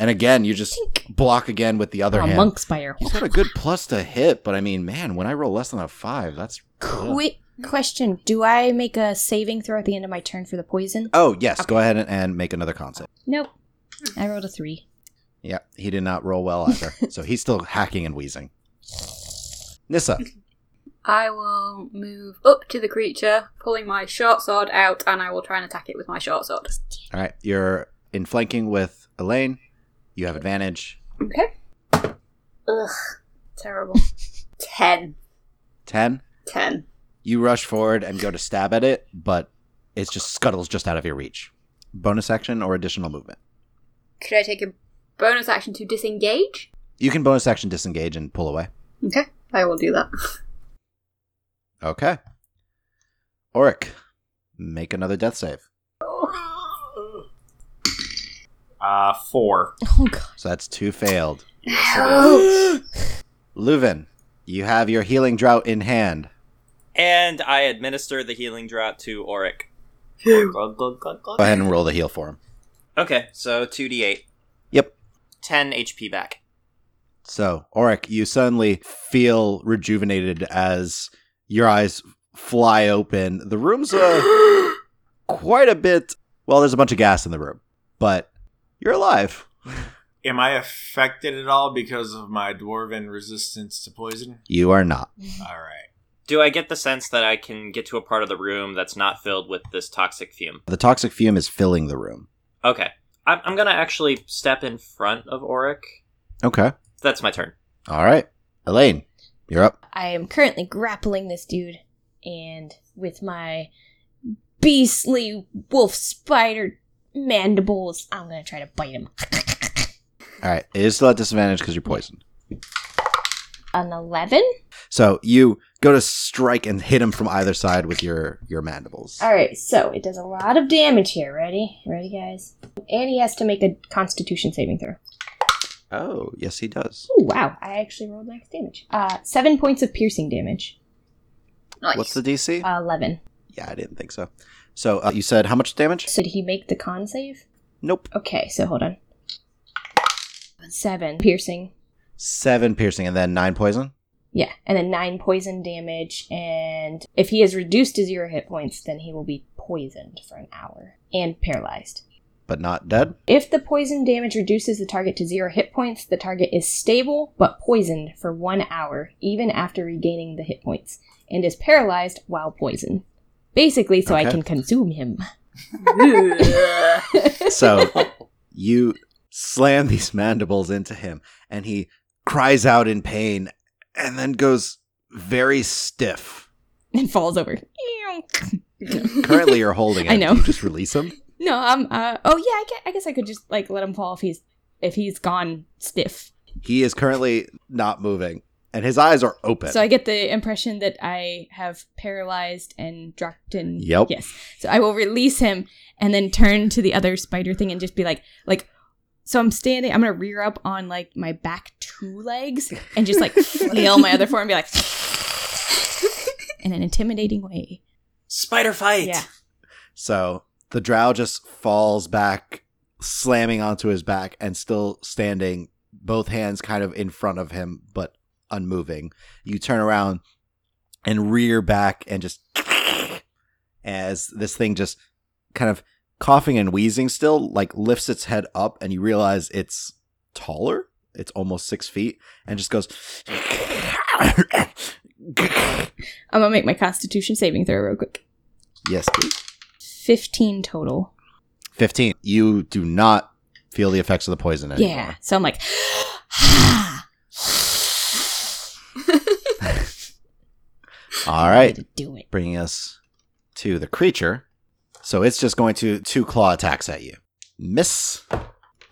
A: and again you just
C: Tink.
A: block again with the other
C: A
A: hand.
C: monk spire.
A: He's got a good plus to hit, but I mean, man, when I roll less than a five, that's
C: Quick question: Do I make a saving throw at the end of my turn for the poison?
A: oh yes. Go ahead and, and make another concept.
C: Nope. I rolled a three.
A: Yeah, he did not roll well either. so he's still hacking and wheezing. Nissa,
E: I will move up to the creature, pulling my short sword out, and I will try and attack it with my short sword.
A: All right, you're in flanking with Elaine. You have advantage.
E: Okay. Ugh. <laughs> Terrible. Ten.
A: 10.
E: Ten.
A: You rush forward and go to stab at it, but it just scuttles just out of your reach. Bonus action or additional movement?
E: Could I take a bonus action to disengage?
A: You can bonus action disengage and pull away.
E: Okay. I will do that.
A: Okay. Oric, make another death save.
B: Uh, four.
C: Oh god.
A: So that's two failed.
E: No.
A: Leuven, you have your healing drought in hand.
D: And I administer the healing draught to Auric.
B: Glug, glug, glug, glug.
A: Go ahead and roll the heal for him.
D: Okay, so 2d8.
A: Yep.
D: 10 HP back.
A: So, Oric, you suddenly feel rejuvenated as your eyes fly open. The room's uh, quite a bit. Well, there's a bunch of gas in the room, but you're alive.
B: Am I affected at all because of my dwarven resistance to poison?
A: You are not.
B: All right.
D: Do I get the sense that I can get to a part of the room that's not filled with this toxic fume?
A: The toxic fume is filling the room.
D: Okay. I'm, I'm gonna actually step in front of Auric.
A: Okay.
D: That's my turn.
A: All right. Elaine, you're up.
C: I am currently grappling this dude, and with my beastly wolf spider mandibles, I'm gonna try to bite him.
A: All right. It is still at disadvantage because you're poisoned.
C: An 11?
A: So you go to strike and hit him from either side with your your mandibles.
C: Alright, so it does a lot of damage here. Ready? Ready, guys? And he has to make a constitution saving throw.
A: Oh, yes, he does.
C: Oh, wow. I actually rolled max damage. Uh, seven points of piercing damage.
E: nice.
A: What's the DC?
C: Uh, 11.
A: yeah, I didn't think so. So uh, you said how much damage?
C: So did he make the con save?
A: Nope.
C: Okay, so hold on. Seven piercing.
A: Seven piercing and then nine poison.
C: Yeah, and then nine poison damage. And if he is reduced to zero hit points, then he will be poisoned for an hour and paralyzed.
A: but not
C: <laughs>
A: dead.
C: If the poison damage reduces the target to zero hit points, the target is stable but poisoned for one hour, even after regaining the hit points, and is paralyzed while poisoned. Basically, so I
A: Okay.
C: can consume him.
E: <laughs> Ugh.
A: <laughs> So you slam these mandibles into him, and he cries out in pain and then goes very stiff.
C: <laughs> and falls over.
A: Currently,
C: <laughs>
A: you're holding him.
C: I know.
A: Do you just release him.
C: No, um, uh, oh yeah, I guess, I guess I could just like let him fall if he's if he's gone stiff.
A: He is currently not moving, and his eyes are open.
C: So I get the impression that I have paralyzed and dropped in.
A: Yep.
C: Yes. So I will release him and then turn to the other spider thing and just be like, like. So I'm standing. I'm gonna rear up on like my back two legs
A: <laughs>
C: and just like flail my other forearm and be like, <laughs> in an intimidating way.
D: Spider fight!
C: Yeah.
A: So the drow just falls back, slamming onto his back and still standing, both hands kind of in front of him, but unmoving. You turn around and rear back and just <laughs> as this thing just kind of coughing and wheezing still, like lifts its head up and you realize it's taller. It's almost six feet and just goes. <laughs>
C: I'm gonna make my Constitution saving throw real quick.
A: yes, please.
C: Fifteen total.
A: 15. You do not feel the effects of the poison anymore.
C: Yeah. So I'm like, <sighs>
A: All right.
C: do it.
A: Bringing us to the creature. So it's just going to two claw attacks at you. Miss.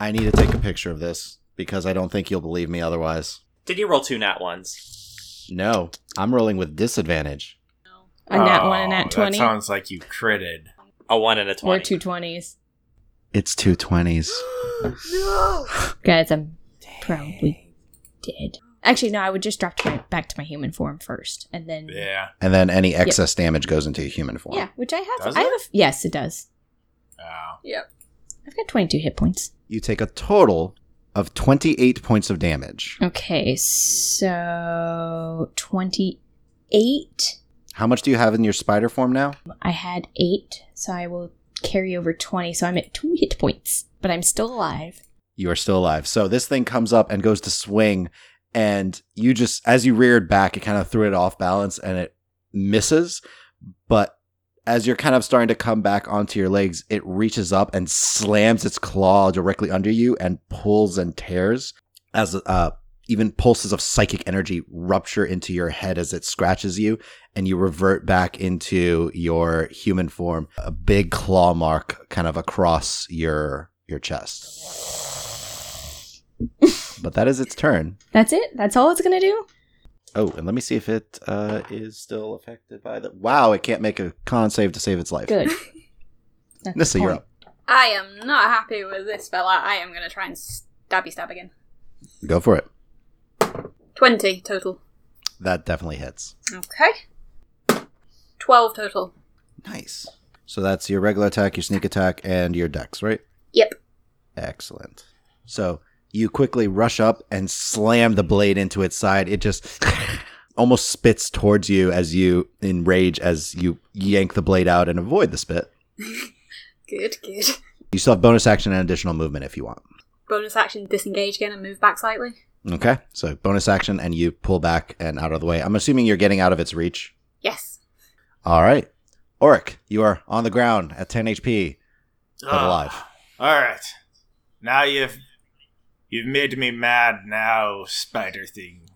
A: I need to take a picture of this because I don't think you'll believe me otherwise.
D: Did you roll two nat ones?
A: No, I'm rolling with disadvantage.
C: A nat one
B: Oh,
C: and nat
B: That
C: twenty
B: sounds like you critted.
D: A 1 and a 20.
C: or two twenties,
A: It's two 20s.
E: no.
C: guys. I'm probably dead. Actually, no. I would just drop to my, back to my human form first, and then
B: Yeah.
A: And then any excess damage goes into human form.
C: yeah, which I have.
B: Does
C: I
B: it?
C: have. a f- yes, it does.
B: Oh.
E: <laughs> Yep.
C: I've got twenty-two hit points.
A: You take a total of 28 points of damage.
C: Mm. Okay, so twenty-eight.
A: How much do you have in your spider form now?
C: I had eight, so I will carry over twenty. So I'm at two hit points, but I'm still alive.
A: You are still alive. So this thing comes up and goes to swing and you just as you reared back, it kind of threw it off balance and it misses. But as you're kind of starting to come back onto your legs, it reaches up and slams its claw directly under you and pulls and tears as uh, even pulses of psychic energy rupture into your head as it scratches you, and you revert back into your human form, a big claw mark kind of across your your chest. But that is its turn.
C: That's it. That's all it's gonna do.
A: Oh, and let me see if it uh, is still affected by the. Wow, it can't make a con save to save its life.
C: Good. That's
A: Nissa,
C: the
A: you're
C: point.
A: up.
E: I am not happy with this fella. I am gonna try and stabby stab again.
A: Go for it.
E: Twenty total.
A: That definitely hits.
E: Okay. Twelve total.
A: Nice. So that's your regular attack, your sneak attack, and your dex, right?
E: Yep.
A: Excellent. So you quickly rush up and slam the blade into its side. It just <laughs> almost spits towards you as you enrage as you yank the blade out and avoid the spit.
E: Good, good.
A: You still have bonus action and additional movement if you want.
E: Bonus action: disengage again and move back slightly.
A: Okay. So bonus action and you pull back and out of the way. I'm assuming you're getting out of its reach.
E: Yes.
A: All right. Oric, you are on the ground at 10 HP, but
B: Ah,
A: alive.
B: All right, now you've you've made me mad. Now, spider thing.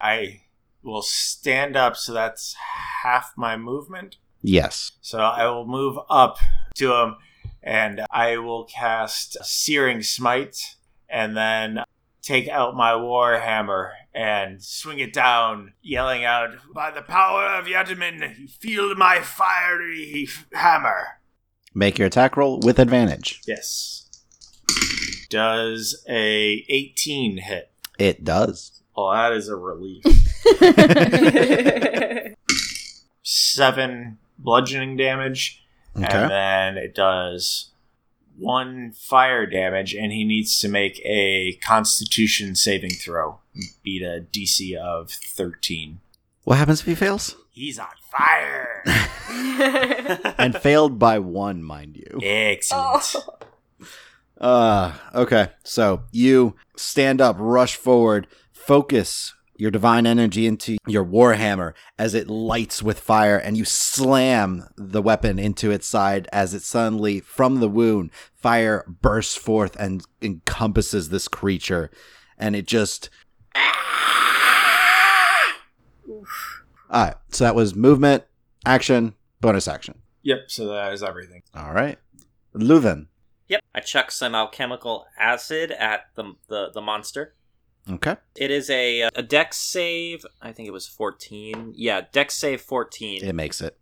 B: I will stand up, so that's half my movement.
A: Yes.
B: So I will move up to him, and I will cast Searing Smite, and then take out my war hammer and swing it down, yelling out, "By the power of Yataman, feel my fiery hammer!"
A: Make your attack roll with advantage.
B: Yes. Does a 18 hit?
A: It does.
B: Oh, that is a relief. Seven bludgeoning damage, <laughs> and then it does one fire damage, and he needs to make a Constitution saving throw, beat a DC of thirteen.
A: What happens if he fails?
B: He's on fire.
A: and failed by one, mind you.
E: <laughs>
B: Excellent.
E: Oh.
A: Uh, okay. So you stand up, rush forward, focus your divine energy into your warhammer as it lights with fire, and you slam the weapon into its side as it suddenly, from the wound, fire bursts forth and encompasses this creature, and it just. All right. So that was movement, action, bonus action.
B: Yep. So that is everything. <laughs>
A: All right. Leuven.
D: <laughs> Yep. I chuck some alchemical acid at the the, the monster.
A: Okay.
D: It is a uh, a dex save. I think it was 14. Yeah, dex save 14.
A: It makes it.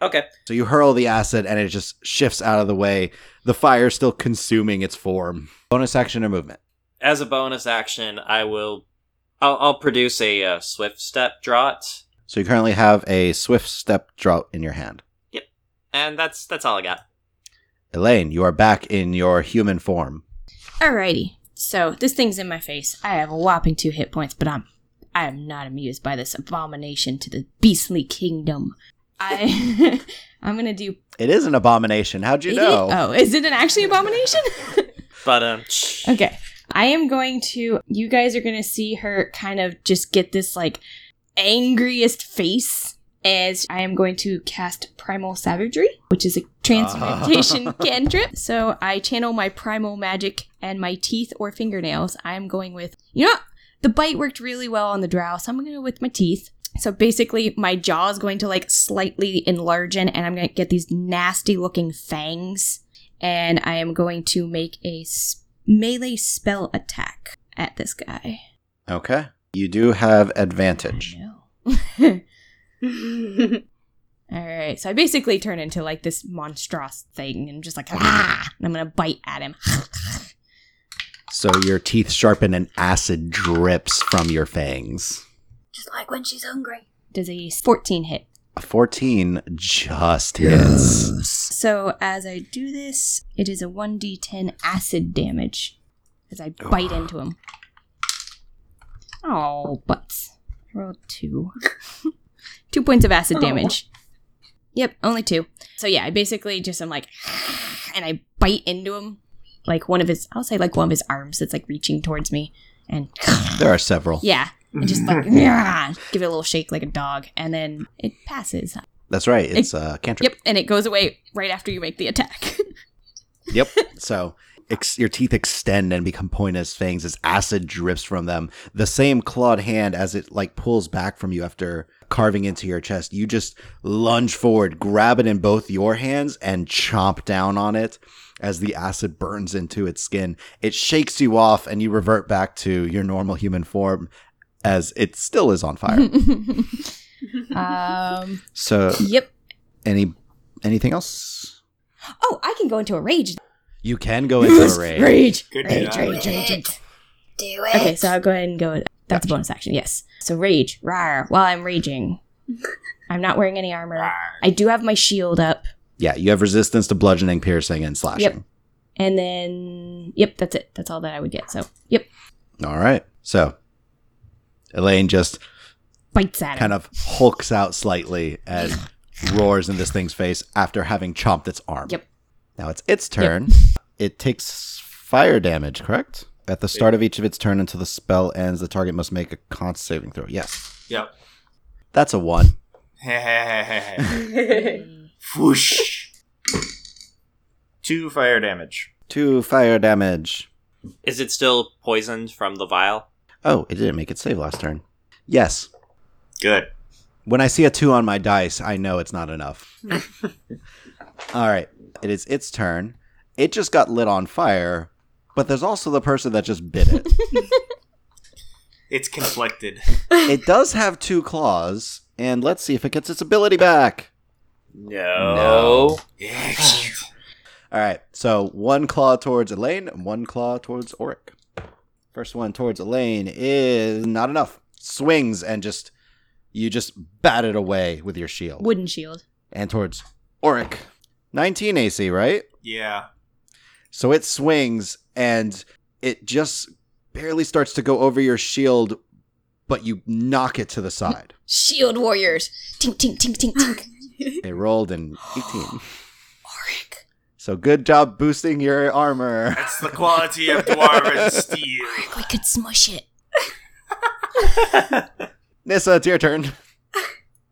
D: Okay.
A: So you hurl the acid and it just shifts out of the way. The fire still consuming its form. Bonus action or movement.
D: As a bonus action, I will I'll, I'll produce a uh, swift step draught.
A: So you currently have a swift step drought in your hand.
D: And that's that's all I got.
A: Elaine, you are back in your human form.
C: Alrighty. So this thing's in my face. I have a whopping two hit points, but I'm I am not amused by this abomination to the beastly kingdom. I <laughs> I'm gonna do
A: It is an abomination. How'd you
C: It is-
A: know?
C: Oh, is it an actually abomination? <laughs>
D: But um
C: okay. I am going to you guys are gonna see her kind of just get this like angriest face as I am going to cast Primal Savagery, which is a transmutation cantrip. So I channel my primal magic and my teeth or fingernails. I'm going with you know what? the bite worked really well on the drow, so I'm gonna go with my teeth. So basically, my jaw is going to like slightly enlarge in, and I'm going to get these nasty looking fangs. And I am going to make a s- melee spell attack at this guy.
A: Okay. You do have
C: I
A: advantage.
C: know. <laughs> All right, so I basically turn into like this monstrous thing, and just like <laughs> ah, and I'm gonna bite at him. <laughs>
A: So your teeth sharpen and acid drips from your fangs.
E: Just like when she's hungry.
C: Does a 14 hit?
A: A 14 just hits.
C: So as I do this, it is a 1d10 acid damage as I bite into him. Oh, butts. I rolled two. <laughs> two points of acid
E: Oh.
C: damage. Yep, only two. So yeah, I basically just am like, and I bite into him. Like one of his, I'll say like one of his arms that's like reaching towards me. and <laughs>
A: There are several.
C: yeah, and
B: Mm-hmm.
C: just like yeah, give it a little shake like a dog, and then it passes.
A: That's right. It's uh, cantrip.
C: Yep, and it goes away right after you make the attack.
A: Yep. So ex- your teeth extend and become pointous fangs as acid drips from them. The same clawed hand as it like pulls back from you after carving into your chest. You just lunge forward, grab it in both your hands, and chomp down on it as the acid burns into its skin. It shakes you off, and you revert back to your normal human form as it still is on fire.
C: <laughs> um,
A: so
C: yep.
A: any anything else?
C: Oh, I can go into a rage.
A: You can
C: <laughs>
A: go into a rage.
C: Rage.
B: Good
C: Rage,
B: job.
C: rage, rage, rage.
E: Do it.
C: Okay,
E: <laughs>
C: so I'll go ahead and go. That's a bonus action. Yes. So rage, rar. While I'm raging, I'm not wearing any armor. I do have my shield up,
A: Yeah, you have resistance to bludgeoning, piercing, and slashing.
C: and then yep, that's it. That's all that I would get. So yep,
A: All right. So Elaine just
C: bites at it.
A: kind of hulks out slightly and
C: <laughs>
A: roars in this thing's face after having chomped its arm.
C: Yep.
A: Now it's its turn. It takes fire damage, correct? At the start of each of its turn until the spell ends, the target must make a con saving throw. Yes.
B: Yep.
A: That's a one.
B: Whoosh. Two fire damage.
A: Two fire damage.
D: Is it still poisoned from the vial?
A: Oh, it didn't make it save last turn. Yes.
B: Good.
A: When I see a two on my dice, I know it's not enough. All right, it is its turn. It just got lit on fire, but there's also the person that just bit it.
B: It's conflicted.
A: it does have two claws, and let's see if it gets its ability back. No.
B: Excellent.
A: All right, so one claw towards Elaine, and one claw towards Oric. First one towards Elaine is not enough. Swings and just you just bat it away with your shield.
C: Wooden shield.
A: and towards Oric. 19 AC, right?
B: yeah.
A: So it swings and it just barely starts to go over your shield, but you knock it to the side.
C: Shield warriors. Tink tink tink tink tink.
A: it rolled an 18.
C: Oric.
A: So good job boosting your armor.
B: That's the quality of dwarven steel.
C: Oric, we could smush it.
A: Nissa, it's your turn.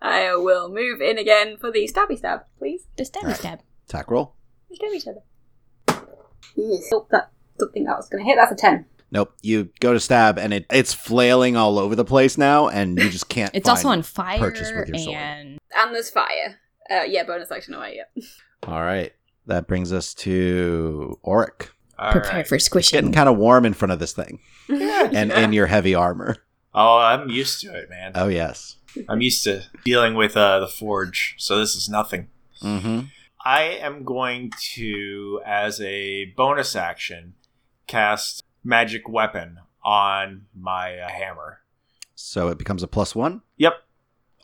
E: I will move in again for the stabby stab, please.
C: The stabby
A: Alright.
C: stab.
A: Attack roll.
E: Let's stab each other. Nope, that don't think that was gonna hit. That's a ten.
A: Nope. You go to stab and it, it's flailing all over the place now, and you just can't.
C: It's
A: find-
C: also on fire
A: purchase with your sword.
C: and
E: And there's fire. Uh, yeah, bonus action away. Yeah.
A: All right. That brings us to Oric.
B: All
C: prepare
B: right.
C: for
A: Getting
C: squishing.
A: kind of warm in front of this thing
C: <laughs>
A: and
E: <laughs>
A: in your heavy armor.
B: Oh, I'm used to it, man.
A: Oh, yes.
B: I'm used to dealing with uh, the forge, so this is nothing.
A: Mm hmm.
B: I am going to, as a bonus action, cast magic weapon on my uh, hammer.
A: So it becomes a plus one.
B: Yep,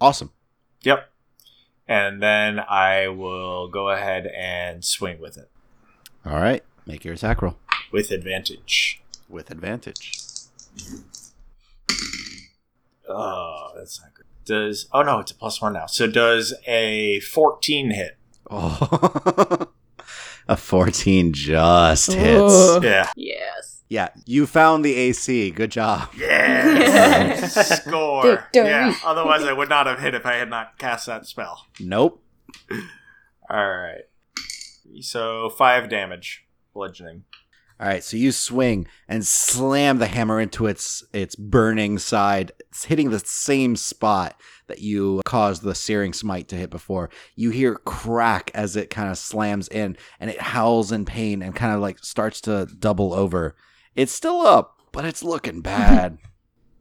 A: Awesome.
B: yep. And then I will go ahead and swing with it
A: All right. Make your attack roll
B: with advantage.
A: with advantage.
B: Oh, that's not good. Does oh no, it's a plus one now. So does a fourteen hit?
A: Oh, <laughs> a 14 just hits.
C: Ooh.
B: Yeah,
E: Yes.
A: Yeah, you found the AC. Good job.
B: yes, <laughs> score.
C: Victory.
B: Yeah. Otherwise, I would not have hit if I had not cast that spell.
A: Nope.
B: All right. So five damage, bludgeoning.
A: All right, so you swing and slam the hammer into its its burning side. It's hitting the same spot that you caused the searing smite to hit before. You hear crack as it kind of slams in and it howls in pain and kind of like starts to double over. It's still up, but it's looking bad.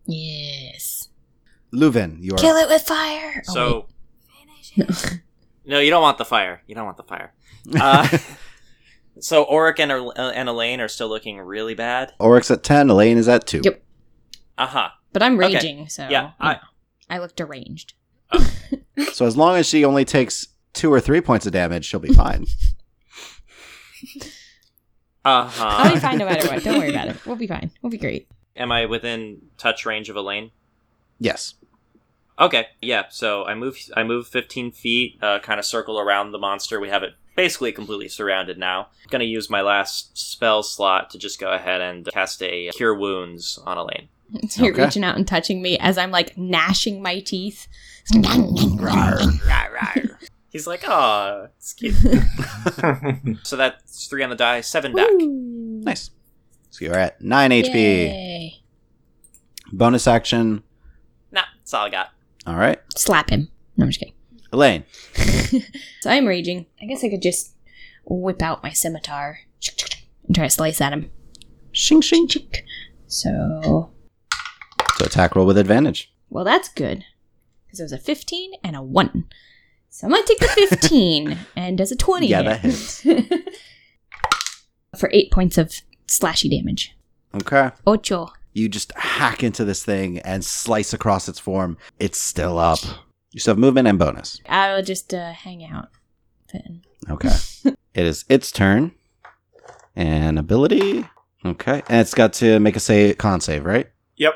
C: Yes.
A: Luvin, you're
C: Kill it with fire. Oh,
D: So
C: wait.
D: no, you don't want the fire. You don't want
C: <laughs>
D: the fire.
A: <laughs>
D: Uh, <laughs> so Oric and, El- and Elaine are still looking really bad.
A: Oryx at 10, Elaine is at 2.
C: Yep.
D: Uh huh.
C: <laughs> but I'm
D: Okay.
C: raging, so
D: Yeah,
C: you know.
D: I-
C: I, look
D: <laughs>
C: deranged.
A: So as long as she only takes two or three points of damage, she'll be
C: <laughs>
A: fine.
D: Uh
C: I'll be
D: huh.
C: fine no matter what. Don't worry about it. We'll be fine. We'll be great. <laughs>
D: Am I within touch range of Elaine?
A: yes.
D: Okay, yeah. So I move. I move fifteen feet. Uh, kind of circle around the monster. We have it basically completely surrounded now. I'm gonna use my last spell slot to just go ahead and cast a Cure Wounds on Elaine.
C: So you're
A: Okay.
C: reaching out and touching me as I'm like gnashing my teeth.
D: <laughs> He's like, oh, it's
C: <laughs>
D: cute. so that's three on the die, seven back.
C: Ooh.
A: Nice. So you're at 9 HP.
C: Yay.
A: Bonus action.
D: Nah, that's all I got.
A: All right.
C: Slap him. No, I'm just kidding.
A: Elaine.
C: <laughs> So I'm raging. I guess I could just whip out my scimitar and try to slice at him. Shing, shing, shing. So,
A: So attack roll with advantage.
C: well, that's good. Because it was a 15 and a 1. So I'm going to take the
A: <laughs>
C: 15 and does a 20.
A: Yeah,
C: hit.
A: that hits.
C: <laughs> For 8 points of slashy damage.
A: Okay.
C: Ocho.
A: You just hack into this thing and slice across its form. It's still up. You still have movement and bonus.
C: I'll just uh, hang out then. <laughs>
A: Okay. it is its turn. And ability. Okay. And it's got to make a save con save, right?
B: Yep.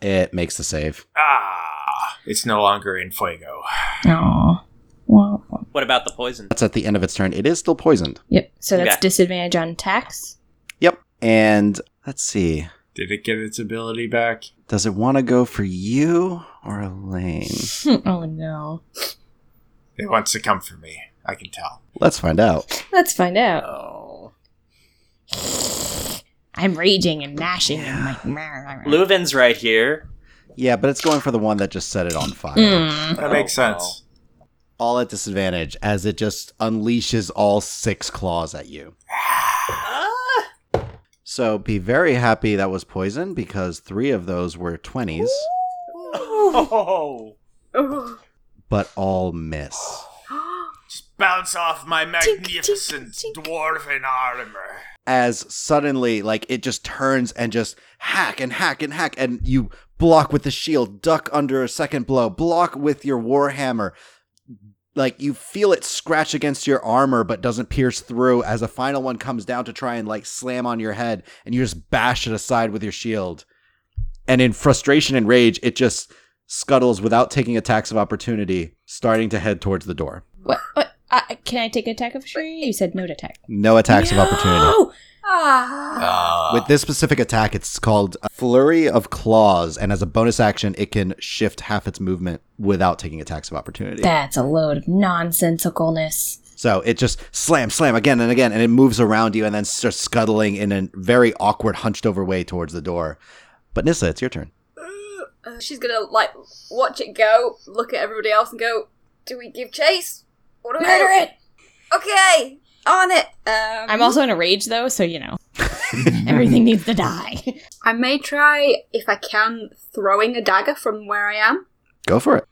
A: It makes the save.
B: ah, it's no longer in fuego.
C: Aww. Well,
D: What about the poison?
A: That's at the end of its turn. It is still poisoned.
C: yep. So that's
D: Okay.
C: disadvantage on <laughs> attacks.
A: Yep. And let's see.
B: Did it get its ability back?
A: Does it want to go for you or Elaine?
C: oh no.
B: It wants to come for me. I can tell.
A: Let's find out.
C: Let's find out.
D: Oh.
C: <sighs> I'm raging and gnashing and
A: Yeah.
C: like. "Rah, rah, rah."
D: Leuven's right here.
A: Yeah, but it's going for the one that just set it on fire.
C: Mm.
B: That
D: Oh,
B: makes
D: wow.
B: sense.
A: All at disadvantage as it just unleashes all six claws at you.
D: Ah!
A: So be very happy that was poison because three of those were 20s,
D: Oh.
E: Oh. <gasps>
A: but all miss.
B: Just bounce off my
C: Tink, tink,
B: magnificent
C: tink.
B: dwarven armor.
A: As suddenly, like, it just turns and just hack and hack and hack, and you block with the shield, duck under a second blow, block with your warhammer. Like, you feel it scratch against your armor, but doesn't pierce through as a final one comes down to try and, like, slam on your head, and you just bash it aside with your shield. And in frustration and rage, it just scuttles without taking attacks of opportunity, starting to head towards the door.
C: What? What? Uh, can I take an attack of opportunity? You said no to attack.
A: No attacks of opportunity.
C: No!
E: Ah.
A: With this specific attack, it's called a Flurry of Claws, and as a bonus action, it can shift half its movement without taking attacks of opportunity.
C: That's a load of nonsensicalness.
A: so it just slam, slam again and again, and it moves around you and then starts scuttling in a very awkward, hunched over way towards the door. But Nissa, it's your turn.
E: Uh, she's gonna like watch it go, look at everybody else, and go, "Do we give chase? What do we do? Okay, on it." Um,
C: I'm also in a rage though, so you
A: <laughs>
C: know. Everything needs to die.
E: I may try if I can throwing a dagger from where I am.
A: Go for it.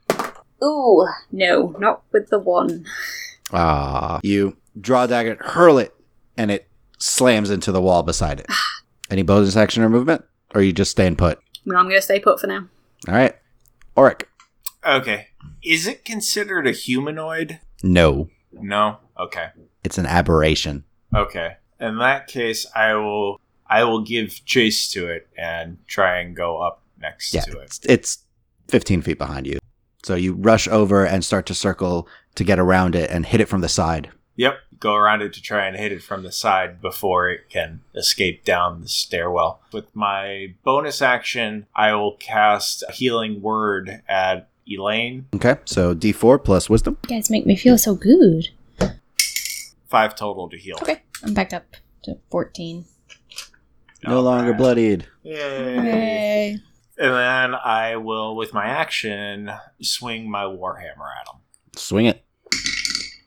E: Ooh, no, not with the one.
A: Ah, you draw a dagger, hurl it, and it slams into the wall beside it. Any bonus action or movement, or you just staying put?
E: No, I'm gonna stay put for now.
A: All right, Oric.
B: okay. Is it considered a humanoid?
A: No,
B: No. Okay.
A: it's an aberration.
B: Okay. In that case, I will I will give chase to it and try and go up next
A: Yeah,
B: to it.
A: it's, it's 15 feet behind you. So you rush over and start to circle to get around it and hit it from the side.
B: Yep. Go around it to try and hit it from the side before it can escape down the stairwell. With my bonus action, I will cast healing word at Elaine.
A: Okay, so D4 plus wisdom.
C: You guys make me feel so good.
B: Five total to heal.
C: Okay, I'm back up to 14.
A: No longer
B: Alright.
A: bloodied.
B: Yay. And then I will, with my action, swing my warhammer at him.
A: Swing it.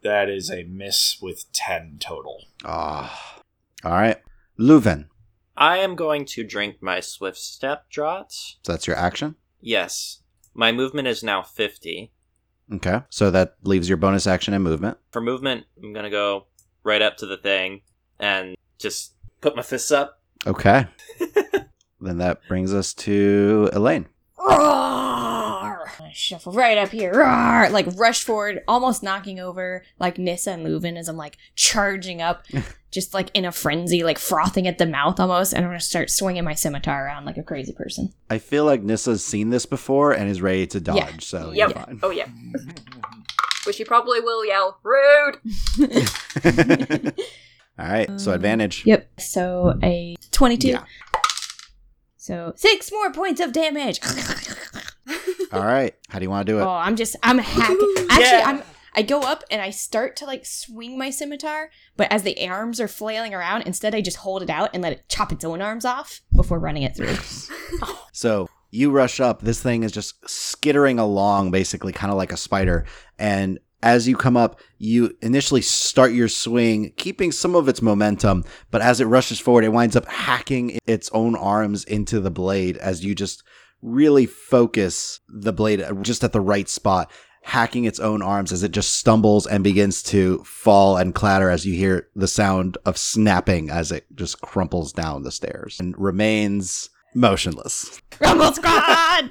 B: That is a miss with ten total.
A: Ah. All right. Leuven.
D: I am going to drink my swift step draught.
A: So that's your action.
D: Yes. My movement is now 50.
A: Okay. So that leaves your bonus action and movement.
D: For movement, I'm going to go right up to the thing and just put my fists up.
A: Okay. then that brings us to Elaine.
C: Roar! I Shuffle right up here. Roar! Like rush forward, almost knocking over like Nissa and Leuven as I'm like charging up, just like in a frenzy, like frothing at the mouth almost. And I'm gonna start swinging my scimitar around like a crazy person.
A: I feel like Nissa's seen this before and is ready to dodge, so
E: yep.
A: you're fine.
E: Oh yeah. which you probably will yell, rude!
A: <laughs> All right, so
C: Um,
A: advantage.
C: yep. So a 22.
A: Yeah.
C: So six more points of damage. <laughs>
A: All right. How do you want to do it?
C: Oh, I'm just I'm
B: <laughs>
C: hacking. Actually,
D: Yeah.
C: I'm I go up and I start to like swing my scimitar, but as the arms are flailing around, instead I just hold it out and let it chop its own arms off before running
B: <laughs>
C: it through.
A: So you rush up. This thing is just skittering along, basically, kind of like a spider. And as you come up, you initially start your swing, keeping some of its momentum. But as it rushes forward, it winds up hacking its own arms into the blade as you just really focus the blade uh, just at the right spot, hacking its own arms as it just stumbles and begins to fall and clatter as you hear the sound of snapping as it just crumples down the stairs and remains motionless.
C: Rumble squad.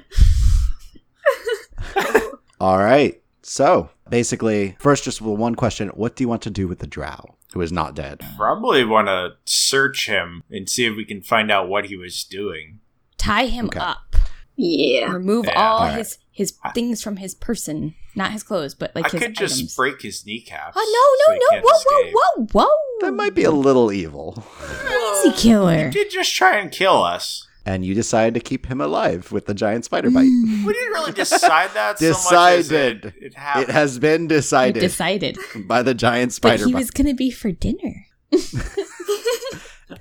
A: All right. So basically, first, just one question: What do you want to do with the Drow who is not dead?
B: Probably want to search him and see if we can find out what he was doing.
C: Tie him
A: Okay.
C: up.
E: Yeah.
C: Remove
B: Yeah.
C: all
A: Alright.
C: his his things from his person, not his clothes, but like
B: I
C: his
B: could just
C: items.
B: break his kneecaps.
C: Oh no
B: so he
C: no no!
B: can't escape.
C: Whoa whoa whoa whoa!
A: That might be
C: Hmm.
A: a little evil.
C: easy killer.
B: He did just try and kill us.
A: And you decide to keep him alive with the giant spider bite.
C: Hmm.
B: We didn't
C: <laughs>
B: really decide that. So much as
A: Decided.
B: it, it
A: It
B: happened.
A: has been
C: I
A: decided
C: decided,
A: by the giant
C: but
A: spider
C: he
A: bite.
C: was gonna be for dinner.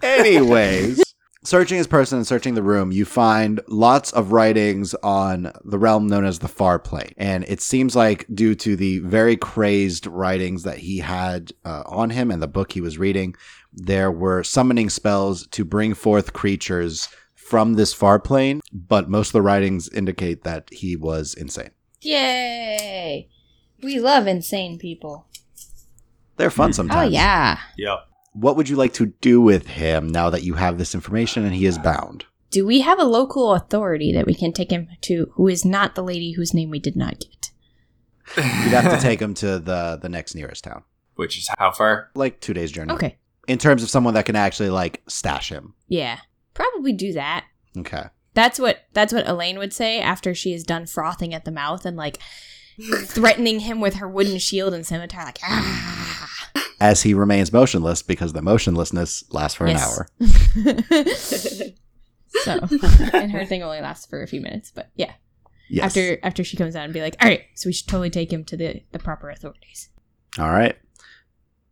A: Anyways, <laughs> searching his person and searching the room, you find lots of writings on the realm known as the Far Plane. And it seems like, due to the very crazed writings that he had uh, on him and the book he was reading, there were summoning spells to bring forth creatures from this Far Plane. But most of the writings indicate that he was insane.
C: Yay! We love insane people.
A: They're fun sometimes.
C: Oh yeah.
B: Yep.
A: What would you like to do with him now that you have this information and he is bound?
C: Do we have a local authority that we can take him to who is not the lady whose name we did not get?
A: You'd have to take him to the the next nearest town.
B: <laughs> Which is how far?
A: like two days journey.
C: Okay.
A: In terms of someone that can actually like stash him.
C: Yeah. Probably do that.
A: Okay.
C: That's what that's what Elaine would say after she is done frothing at the mouth and <laughs> like threatening him with her wooden shield and scimitar like ah. <laughs>
A: As he remains motionless because the motionlessness lasts for
C: Yes.
A: an hour.
C: <laughs> so and her thing only lasts for a few minutes, but yeah.
A: Yes.
C: After after she comes out and be like, "All right, so we should totally take him to the the proper authorities."
A: All right.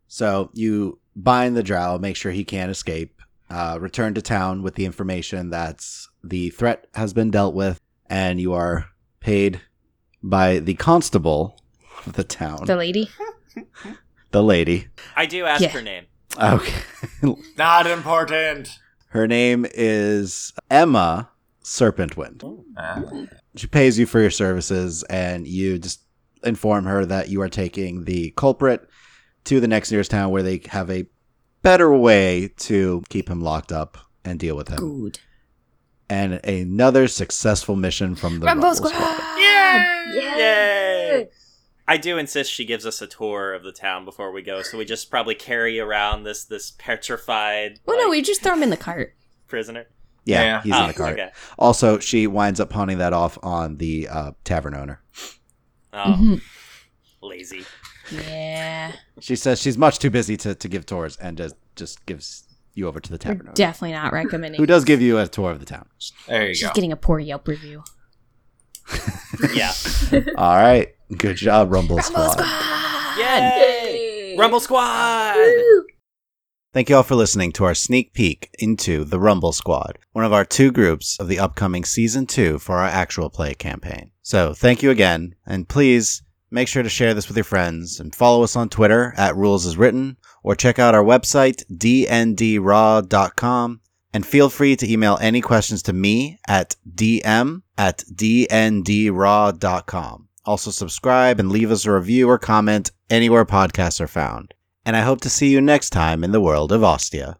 A: So you bind the drow, make sure he can't escape, uh, return to town with the information that the threat has been dealt with, and you are paid by the constable of the town,
C: The
A: the,
C: lady?
A: lady.
D: I do ask
C: Yeah.
D: her name.
A: Okay.
B: Not important.
A: Her name is Emma Serpentwind.
B: Uh,
A: she pays you for your services and you just inform her that you are taking the culprit to the next nearest town where they have a better way to keep him locked up and deal with him.
C: Good.
A: And another successful mission from the
C: Rumble
A: Rumble
C: Squad.
E: Yeah.
D: Yay! I do insist she gives us a tour of the town before we go, so we just probably carry around this this petrified
C: Well, no,
D: like,
C: we just throw him in the cart.
D: prisoner.
A: Yeah,
B: Yeah.
A: he's
D: oh,
A: in the cart.
D: Okay.
A: Also, she winds up pawning that off on the uh, tavern owner.
D: Oh, lazy.
C: Yeah,
A: She says she's much too busy to, to give tours and just, just gives you over to the
C: we're
A: tavern owner.
C: <laughs> definitely not recommending.
A: Who does give you a tour of the <laughs> town?
B: there you
C: She's
B: go.
C: getting a poor Yelp review.
D: Yeah.
A: All right. Good job, Rumble, Squad.
D: Yeah.
E: Yay.
D: Rumble Squad!
E: Woo.
A: Thank you all for listening to our sneak peek into the Rumble Squad, one of our two groups of the upcoming season two for our actual play campaign. So thank you again, and please make sure to share this with your friends and follow us on Twitter at Rules Is Written, or check out our website, dndraw.com, and feel free to email any questions to me at dm at dndraw.com. Also subscribe and leave us a review or comment anywhere podcasts are found and I hope to see you next time in the world of Ostia.